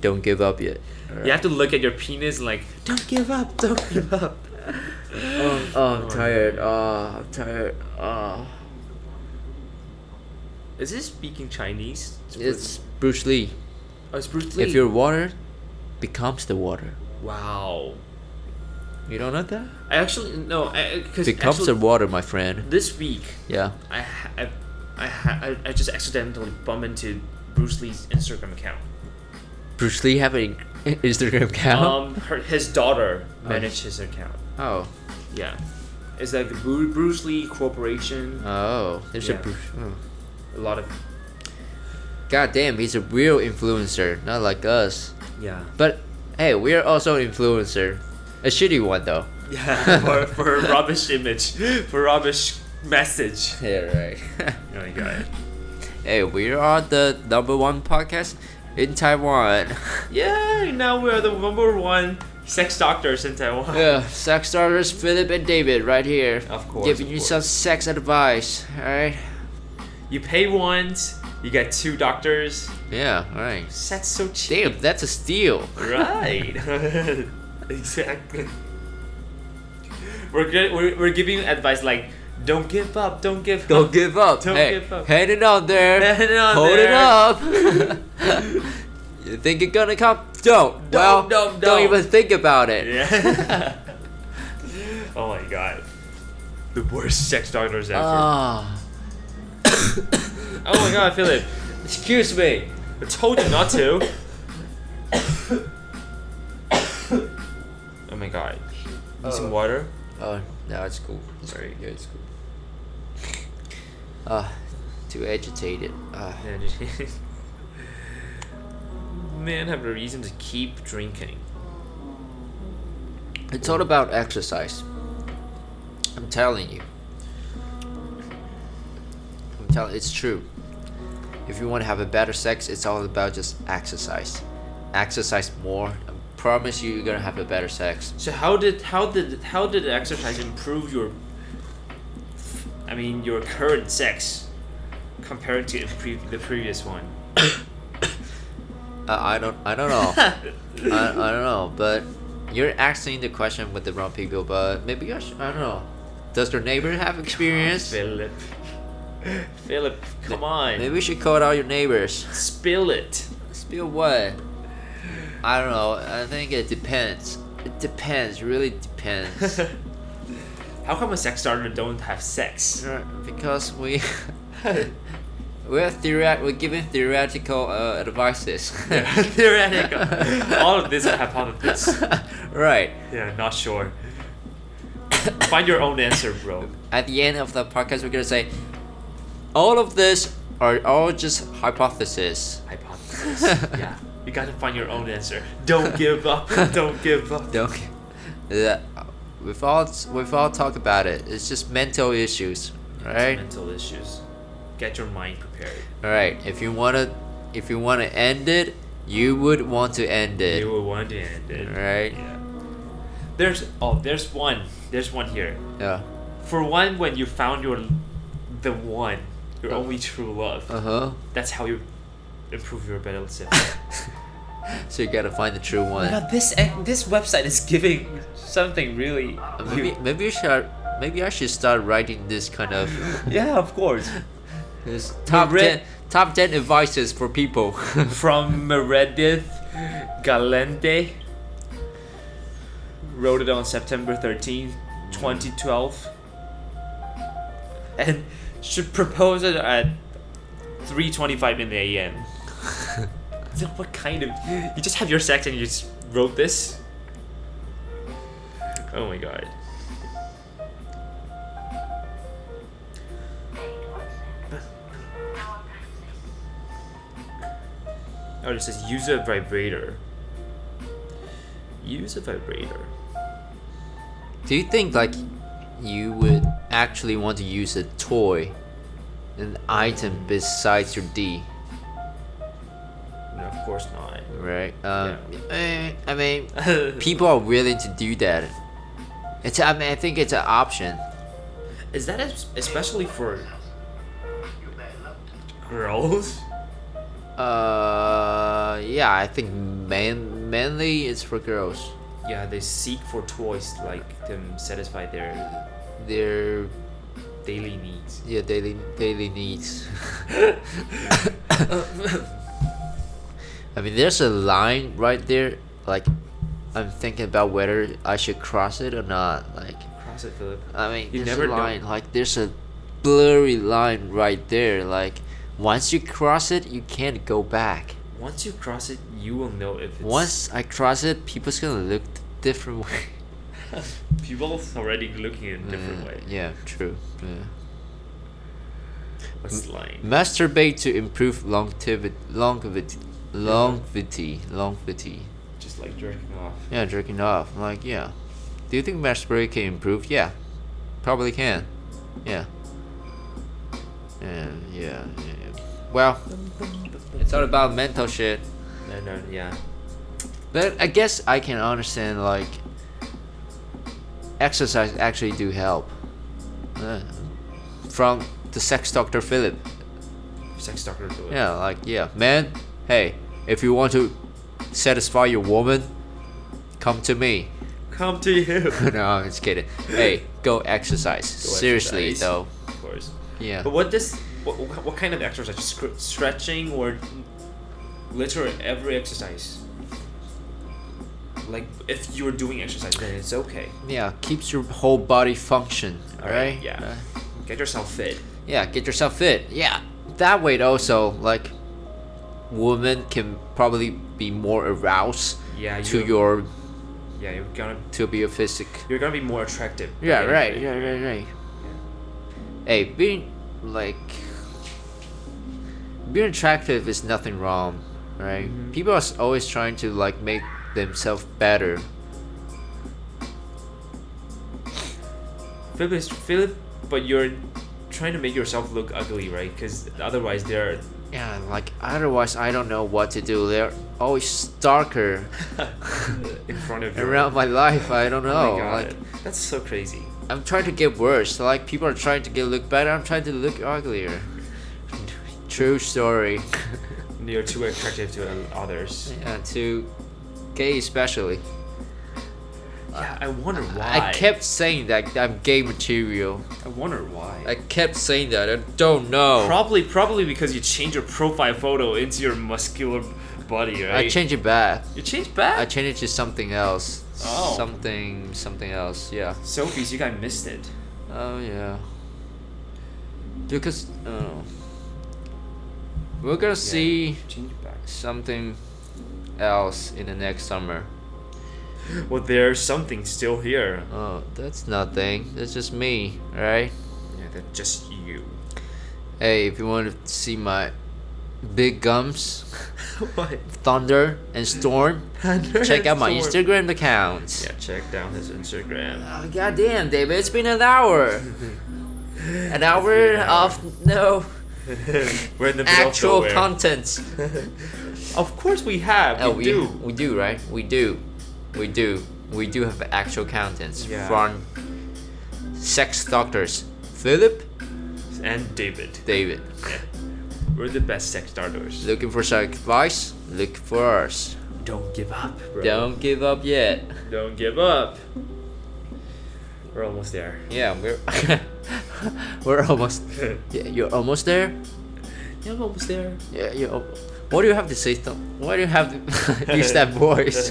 Speaker 1: don't give up yet.
Speaker 2: You have to look at your penis and like, don't give up. Don't give up.
Speaker 1: Oh, I'm tired. Oh, I'm tired. Oh.
Speaker 2: Is this speaking Chinese?
Speaker 1: It's Bruce Lee.
Speaker 2: Bruce- oh, it's Bruce Lee.
Speaker 1: If your water becomes the water.
Speaker 2: wow.
Speaker 1: You don't know that?
Speaker 2: I actually no because
Speaker 1: Becomes the water, my friend.
Speaker 2: this week
Speaker 1: Yeah.
Speaker 2: I ha- I I, ha- I I just accidentally bumped into Bruce Lee's Instagram account.
Speaker 1: Bruce Lee have an Instagram account?
Speaker 2: Um, her, his daughter managed his account.
Speaker 1: oh.
Speaker 2: Yeah, it's like the Bru- Bruce Lee Corporation.
Speaker 1: Oh. There's
Speaker 2: Yeah.
Speaker 1: a Bruce. Oh.
Speaker 2: a lot of
Speaker 1: God damn, he's a real influencer, not like us.
Speaker 2: yeah.
Speaker 1: But hey, we are also influencer. A shitty one though.
Speaker 2: Yeah, for, for a rubbish image, for rubbish message.
Speaker 1: Yeah, right.
Speaker 2: Oh my god.
Speaker 1: hey, we are the number one podcast in Taiwan.
Speaker 2: Yeah, now we are the number one sex doctors in Taiwan.
Speaker 1: yeah, sex starters Philip and David right here.
Speaker 2: Of course,
Speaker 1: Giving
Speaker 2: of
Speaker 1: you
Speaker 2: course.
Speaker 1: some sex advice. Alright?
Speaker 2: You pay once, you get two doctors.
Speaker 1: Yeah, alright.
Speaker 2: That's so cheap.
Speaker 1: Damn, that's a steal.
Speaker 2: Right. exactly. We're, good, we're we're giving you advice like, don't give up, don't give
Speaker 1: Don't
Speaker 2: up.
Speaker 1: give up.
Speaker 2: Don't
Speaker 1: hey,
Speaker 2: give up.
Speaker 1: Hand it out there.
Speaker 2: Hand it out
Speaker 1: Hold
Speaker 2: there.
Speaker 1: it up. you think you're gonna come? Don't.
Speaker 2: Don't,
Speaker 1: well,
Speaker 2: don't,
Speaker 1: don't
Speaker 2: don't.
Speaker 1: even think about it.
Speaker 2: Yeah. oh my god. The worst sex doctors ever.
Speaker 1: Ah.
Speaker 2: oh my god, Philip.
Speaker 1: excuse me.
Speaker 2: I told you not to. oh my god. Need some
Speaker 1: Oh.
Speaker 2: water?
Speaker 1: Oh, no, it's cool. It's
Speaker 2: Sorry.
Speaker 1: cool. Yeah, it's cool. Ah, too agitated. Ah.
Speaker 2: Man, I have a reason to keep drinking.
Speaker 1: It's all about exercise. I'm telling you. I'm telling it's true. If you want to have a better sex, it's all about just exercise. Exercise more. I promise you you're gonna have a better sex.
Speaker 2: So how did how did how did exercise improve your I mean, your current sex compared to pre- the previous one.
Speaker 1: Uh, I, I don't I don't know. I, I don't know, but you're asking the question with the wrong people, but maybe I, sh- I don't know. Does your neighbor have experience?
Speaker 2: Philip. Philip, come on.
Speaker 1: Maybe we should call out your neighbors.
Speaker 2: Spill it.
Speaker 1: Spill what? I don't know. I think it depends. It depends. Really depends.
Speaker 2: How come a sex starter don't have sex?
Speaker 1: because we we're theoret- we're giving theoretical uh, advices.
Speaker 2: Theoretical. All of this are hypothesis.
Speaker 1: right.
Speaker 2: Yeah, not sure. Find your own answer, bro.
Speaker 1: At the end of the podcast, we're gonna say all of this are all just hypotheses.
Speaker 2: Hypothesis. Yeah. You gotta find your own answer. Don't give up. Don't give up.
Speaker 1: Don't. Yeah. We've all we've all talked about it. It's just mental issues, right?
Speaker 2: Mental issues. Get your mind prepared.
Speaker 1: All right. If you wanna, if you wanna end it, you would want to end it.
Speaker 2: You will want to end it.
Speaker 1: Right.
Speaker 2: Yeah. There's oh, there's one. There's one here.
Speaker 1: Yeah.
Speaker 2: For one, when you found your the one, your
Speaker 1: Oh.
Speaker 2: only true love.
Speaker 1: Uh huh.
Speaker 2: That's how you improve your better self.
Speaker 1: So you gotta find the true one.
Speaker 2: God, this ac- this website is giving something really.
Speaker 1: Uh, Maybe maybe you should. Maybe I should start writing this kind of
Speaker 2: yeah, of course.
Speaker 1: this top
Speaker 2: Red-
Speaker 1: ten top ten advices for people.
Speaker 2: From Meredith Galente. Wrote it on September 13, 2012. And should propose it at 3.25 in the a.m. what kind of... You just have your sex and you just wrote this? Oh my god. Oh, it says use a vibrator. Use a vibrator.
Speaker 1: Do you think like you would actually want to use a toy, an item besides your D,
Speaker 2: No, of course not.
Speaker 1: right? Um,
Speaker 2: Yeah.
Speaker 1: eh, I mean, people are willing to do that. It's I mean I think it's an option.
Speaker 2: Is that es- especially for girls?
Speaker 1: Uh, yeah, I think man mainly it's for girls.
Speaker 2: Yeah, they seek for toys like them satisfy their
Speaker 1: Their
Speaker 2: daily needs.
Speaker 1: yeah daily daily needs. I mean, there's a line right there. Like, I'm thinking about whether I should cross it or not. Like,
Speaker 2: Cross it, Philip.
Speaker 1: I mean,
Speaker 2: You
Speaker 1: there's
Speaker 2: never
Speaker 1: a
Speaker 2: know.
Speaker 1: line. Like, there's a blurry line right there. Like, once you cross it, you can't go back.
Speaker 2: Once you cross it, you will know if it's.
Speaker 1: Once I cross it, people's gonna look d- different way.
Speaker 2: People's already looking in a different way.
Speaker 1: Mm, Yeah, true. Yeah. Mm,
Speaker 2: What's lying?
Speaker 1: Masturbate to improve longevity. Longevity. Longevity. Longevity.
Speaker 2: Just like jerking off.
Speaker 1: Yeah, jerking off. I'm like, yeah. Do you think masturbate can improve? Yeah, probably can. Yeah. And yeah, yeah. yeah. Well, it's all about mental shit.
Speaker 2: No, no, yeah.
Speaker 1: But I guess I can understand like exercise actually do help. Uh, from the sex doctor Philip.
Speaker 2: Sex doctor do it.
Speaker 1: Yeah, like yeah, man. Hey, if you want to satisfy your woman, come to me.
Speaker 2: Come to you.
Speaker 1: no, I'm just kidding. Hey, go exercise. Seriously,
Speaker 2: exercise.
Speaker 1: though.
Speaker 2: Of course.
Speaker 1: Yeah.
Speaker 2: But what does what, what what kind of exercise? Scr- stretching or literally every exercise. Like if you're doing exercise, then it's okay.
Speaker 1: Yeah, keeps your whole body function. All right.
Speaker 2: Yeah.
Speaker 1: Uh,
Speaker 2: Get yourself fit.
Speaker 1: yeah. Get yourself fit. Yeah. That way, also, like, women can probably be more aroused
Speaker 2: Yeah.
Speaker 1: to
Speaker 2: you-
Speaker 1: your
Speaker 2: Yeah, you're gonna
Speaker 1: to be a physic.
Speaker 2: you're gonna be more attractive.
Speaker 1: Yeah.
Speaker 2: Okay.
Speaker 1: Right. Yeah. Right. Right. Hey, being like being attractive is nothing wrong, right? People are always trying to like make themselves better.
Speaker 2: Philip is Philip, but you're trying to make yourself look ugly, right? Because otherwise, they're
Speaker 1: Yeah, like otherwise I don't know what to do. There always darker
Speaker 2: in front of you.
Speaker 1: around my life. I don't know.
Speaker 2: Oh my god,
Speaker 1: Like
Speaker 2: that's so crazy.
Speaker 1: I'm trying to get worse. Like people are trying to get look better. I'm trying to look uglier. True story.
Speaker 2: You're too attractive to others.
Speaker 1: yeah, to gay especially.
Speaker 2: Yeah, I wonder why.
Speaker 1: I kept saying that I'm gay material.
Speaker 2: I wonder why.
Speaker 1: I kept saying that. I don't know.
Speaker 2: Probably, probably because you change your profile photo into your muscular body, right?
Speaker 1: I changed it back.
Speaker 2: You changed back.
Speaker 1: I changed it to something else.
Speaker 2: Oh.
Speaker 1: Something, something else. Yeah.
Speaker 2: Sophie's, you guys missed it.
Speaker 1: Oh yeah. Because uh, we're gonna see
Speaker 2: Change it back.
Speaker 1: something else in the next summer.
Speaker 2: Well, there's something still here.
Speaker 1: Oh, that's nothing. That's just me, right?
Speaker 2: Yeah, that's just you.
Speaker 1: Hey, if you want to see my big gums,
Speaker 2: what?
Speaker 1: thunder and storm, check out my Instagram account.
Speaker 2: Yeah, check down his Instagram.
Speaker 1: Oh, goddamn, David, it's been an hour. an hour
Speaker 2: It's been an hour.
Speaker 1: of no
Speaker 2: We're in the middle
Speaker 1: actual
Speaker 2: of nowhere.
Speaker 1: content.
Speaker 2: Of course we have.
Speaker 1: Oh,
Speaker 2: we,
Speaker 1: we,
Speaker 2: do.
Speaker 1: we do, right? We do. We do. We do have actual contents
Speaker 2: Yeah.
Speaker 1: from sex doctors Philip,
Speaker 2: And David.
Speaker 1: David.
Speaker 2: Yeah. We're the best sex starters.
Speaker 1: Looking for some advice? Look for us.
Speaker 2: Don't give up, bro.
Speaker 1: Don't give up yet.
Speaker 2: Don't give up. We're almost there.
Speaker 1: Yeah, we're we're almost. Yeah, you're almost there.
Speaker 2: Yeah, I'm almost there.
Speaker 1: Yeah, you. al- Why do you have to say? Th- why do you have to use that voice?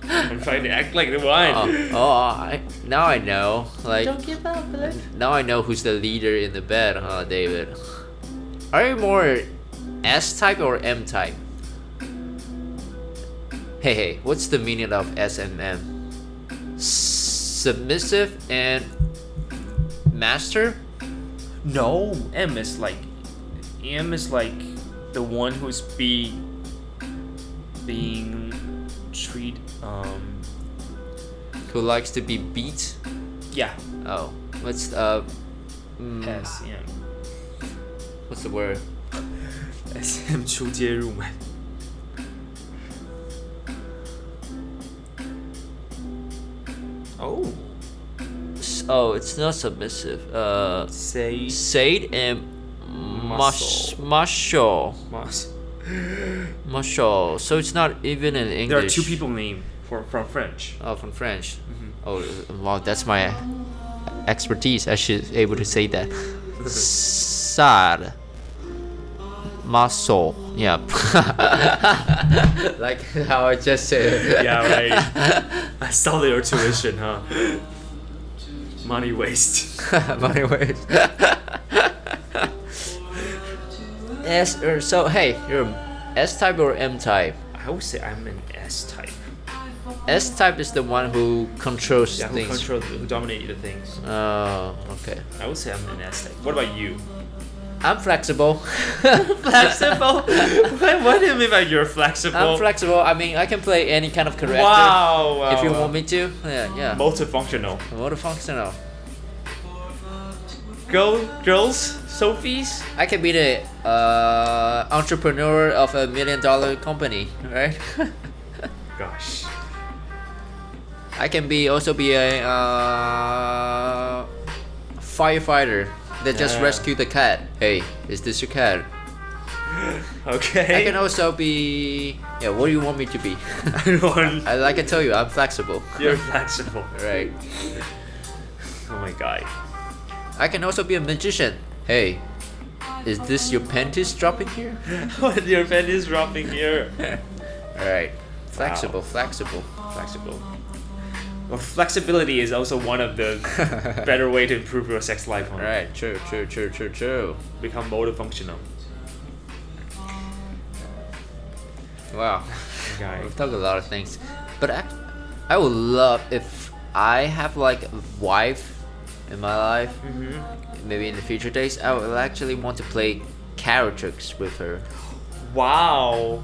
Speaker 2: I'm trying to act like the wine.
Speaker 1: oh, oh, I, now I know. Like
Speaker 2: give up, Philip.
Speaker 1: now I know who's the leader in the bed, huh, David? Are you more S type or M type? Hey, hey, what's the meaning of S and M? Submissive and master?
Speaker 2: No, M is like, M is like the one who's being being treat. Um,
Speaker 1: Who likes to be beat?
Speaker 2: yeah,
Speaker 1: Oh, what's uh, mm,
Speaker 2: S M
Speaker 1: what's the word?
Speaker 2: S M 出街入门. Oh,
Speaker 1: S- Oh, it's not submissive. Uh,
Speaker 2: say
Speaker 1: said and mush,
Speaker 2: Muscle.
Speaker 1: muscle,
Speaker 2: mas.
Speaker 1: muscle. So it's not even in English.
Speaker 2: There are two people Mm-hmm. named for from French.
Speaker 1: Oh, from French. Oh, wow, that's my expertise. I should be able to say that. Sad. Muscle. Yeah. like how I just said.
Speaker 2: yeah, right. I saw your tuition, huh? Money waste.
Speaker 1: But anyways. S or so hey, you're S type or M type?
Speaker 2: I would say I'm an S type.
Speaker 1: S type is the one who controls
Speaker 2: Yeah, who
Speaker 1: things.
Speaker 2: control, who dominate the things.
Speaker 1: oh, okay.
Speaker 2: I would say I'm an S type. What about you?
Speaker 1: I'm flexible.
Speaker 2: Flexible. what, what do you mean by you're flexible?
Speaker 1: I'm flexible. I mean, I can play any kind of character.
Speaker 2: Wow, wow.
Speaker 1: If you
Speaker 2: wow.
Speaker 1: want me to, yeah, yeah.
Speaker 2: multifunctional.
Speaker 1: Multifunctional.
Speaker 2: Girl, girls, Sophies.
Speaker 1: I can be the uh, entrepreneur of a million dollar company, right?
Speaker 2: Gosh.
Speaker 1: I can be also be a uh, firefighter that just
Speaker 2: Yeah.
Speaker 1: rescued the cat. Hey, is this your cat? I
Speaker 2: Okay.
Speaker 1: can also be yeah. What do you want me to be?
Speaker 2: Everyone,
Speaker 1: I, like I tell you, I'm flexible.
Speaker 2: you're flexible.
Speaker 1: Right.
Speaker 2: Oh my god.
Speaker 1: I can also be a magician. Hey, is this your panties dropping here?
Speaker 2: What your pen is dropping here.
Speaker 1: Alright. Flexible, flexible.
Speaker 2: flexible. Well, flexibility is also one of the better way to improve your sex life. Huh?
Speaker 1: Alright, true, true, true, true, true.
Speaker 2: Become multifunctional.
Speaker 1: Wow.
Speaker 2: Guy.
Speaker 1: We've talked a lot of things. But I, I would love if I have like a wife in my life,
Speaker 2: Mm-hmm.
Speaker 1: maybe in the future days, I would actually want to play characters with her.
Speaker 2: Wow.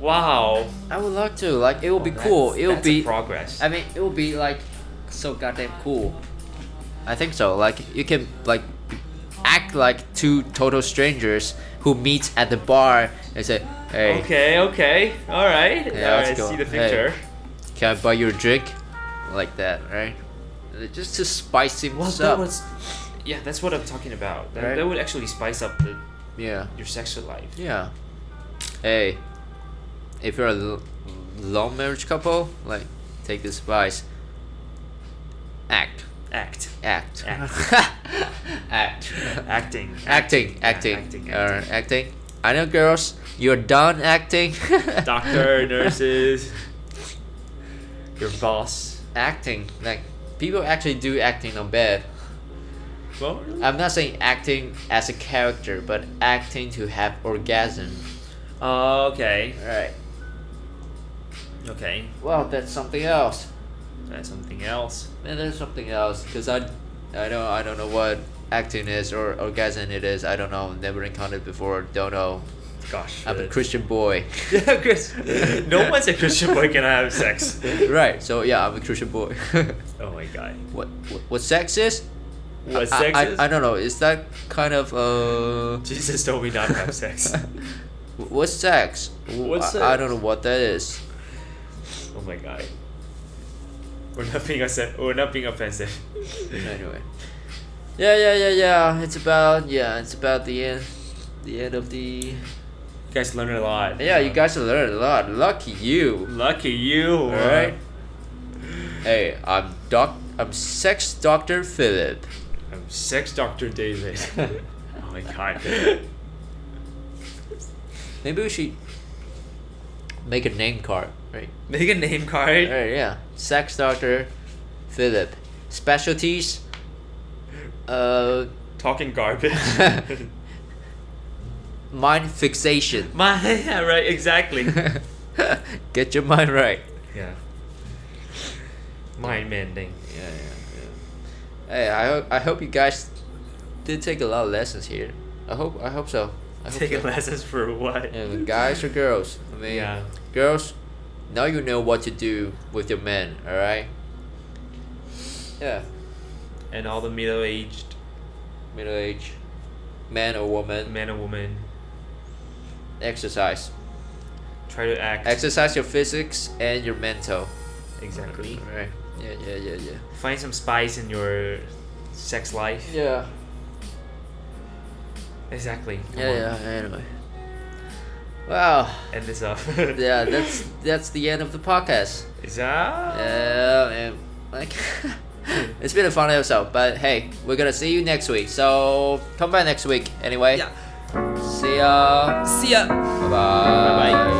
Speaker 2: Wow.
Speaker 1: I would love to. Like, it would be
Speaker 2: Well,
Speaker 1: cool.
Speaker 2: Oh, that's-
Speaker 1: It would
Speaker 2: that's a
Speaker 1: be.
Speaker 2: progress.
Speaker 1: I mean, it would be like so goddamn cool. I think so. Like you can like act like two total strangers who meet at the bar and say, Hey,
Speaker 2: Okay, okay. All right.
Speaker 1: Yeah,
Speaker 2: All
Speaker 1: let's
Speaker 2: right,
Speaker 1: go.
Speaker 2: see the
Speaker 1: Hey.
Speaker 2: picture.
Speaker 1: can I buy you a drink? Like that, right? And it- Just to spice things
Speaker 2: Well,
Speaker 1: up.
Speaker 2: that was Yeah, that's what I'm talking about. That,
Speaker 1: Right.
Speaker 2: that would actually spice up the,
Speaker 1: yeah.
Speaker 2: your sexual life.
Speaker 1: Yeah. Hey, if you're a l- long marriage couple, like, take this advice. Act.
Speaker 2: Act.
Speaker 1: Act.
Speaker 2: Act.
Speaker 1: Act.
Speaker 2: Acting.
Speaker 1: Acting. Acting.
Speaker 2: acting,
Speaker 1: Uh, acting. I know, girls, you're done acting.
Speaker 2: Doctor, nurses, your boss.
Speaker 1: Acting. Like, people actually do acting on bed.
Speaker 2: Well, really?
Speaker 1: I'm not saying acting as a character, but acting to have orgasm.
Speaker 2: Uh, okay.
Speaker 1: Alright.
Speaker 2: Okay.
Speaker 1: Well, that's something else.
Speaker 2: That's something else.
Speaker 1: And there's something else because I, I don't, I don't know what acting is or orgasm it is. I don't know. Never encountered before. Don't know.
Speaker 2: Gosh.
Speaker 1: I'm a
Speaker 2: really.
Speaker 1: Christian boy.
Speaker 2: Yeah, Chris. No one's a Christian boy can have sex.
Speaker 1: right. So yeah, I'm a Christian boy.
Speaker 2: Oh my god.
Speaker 1: what, what what sex is?
Speaker 2: What
Speaker 1: I-
Speaker 2: sex
Speaker 1: I,
Speaker 2: is?
Speaker 1: I, don't know. Is that kind of uh?
Speaker 2: Jesus told me not to have sex. Oh
Speaker 1: wh- What's sex? Wh-
Speaker 2: What's
Speaker 1: I, I
Speaker 2: sex?
Speaker 1: don't know what that is.
Speaker 2: Oh my god. We're not being offensive. We're not being offensive.
Speaker 1: anyway. Yeah, yeah, yeah, yeah. It's about yeah. It's about the end. The end of the.
Speaker 2: You guys learned a lot.
Speaker 1: Yeah, you guys learned a lot. Lucky you.
Speaker 2: Lucky you.
Speaker 1: All right. Hey, I'm doc. I'm sex doctor Philip.
Speaker 2: I'm sex doctor David. oh my god.
Speaker 1: Maybe we should make a name card, right?
Speaker 2: Make a name card.
Speaker 1: Right, yeah. Sex doctor Philip. Specialties. Uh,
Speaker 2: Talking garbage.
Speaker 1: mind fixation.
Speaker 2: my yeah, right exactly.
Speaker 1: Get your mind right.
Speaker 2: yeah. Mind mending.
Speaker 1: Yeah, yeah, yeah. Hey, I hope I hope you guys did take a lot of lessons here. I hope I hope so. I hope
Speaker 2: Taking
Speaker 1: so.
Speaker 2: lessons for what?
Speaker 1: Yeah, guys or girls? I mean,
Speaker 2: Yeah.
Speaker 1: girls, now you know what to do with your men, alright? Yeah,
Speaker 2: And all the middle-aged
Speaker 1: middle age, man or woman,
Speaker 2: man and woman
Speaker 1: exercise.
Speaker 2: try to act
Speaker 1: Exercise your physics and your mental.
Speaker 2: exactly.
Speaker 1: Alright. Yeah, yeah, yeah, yeah.
Speaker 2: Find some spice in your sex life.
Speaker 1: Yeah.
Speaker 2: Exactly. Come
Speaker 1: Yeah,
Speaker 2: on.
Speaker 1: yeah, anyway. Wow.
Speaker 2: End this up.
Speaker 1: Yeah, that's that's the end of the podcast.
Speaker 2: Is that?
Speaker 1: Yeah, and like it's been a fun episode, but hey, we're gonna see you next week. So come back next week anyway.
Speaker 2: Yeah.
Speaker 1: See ya.
Speaker 2: See ya.
Speaker 1: Bye bye.
Speaker 2: Bye-bye.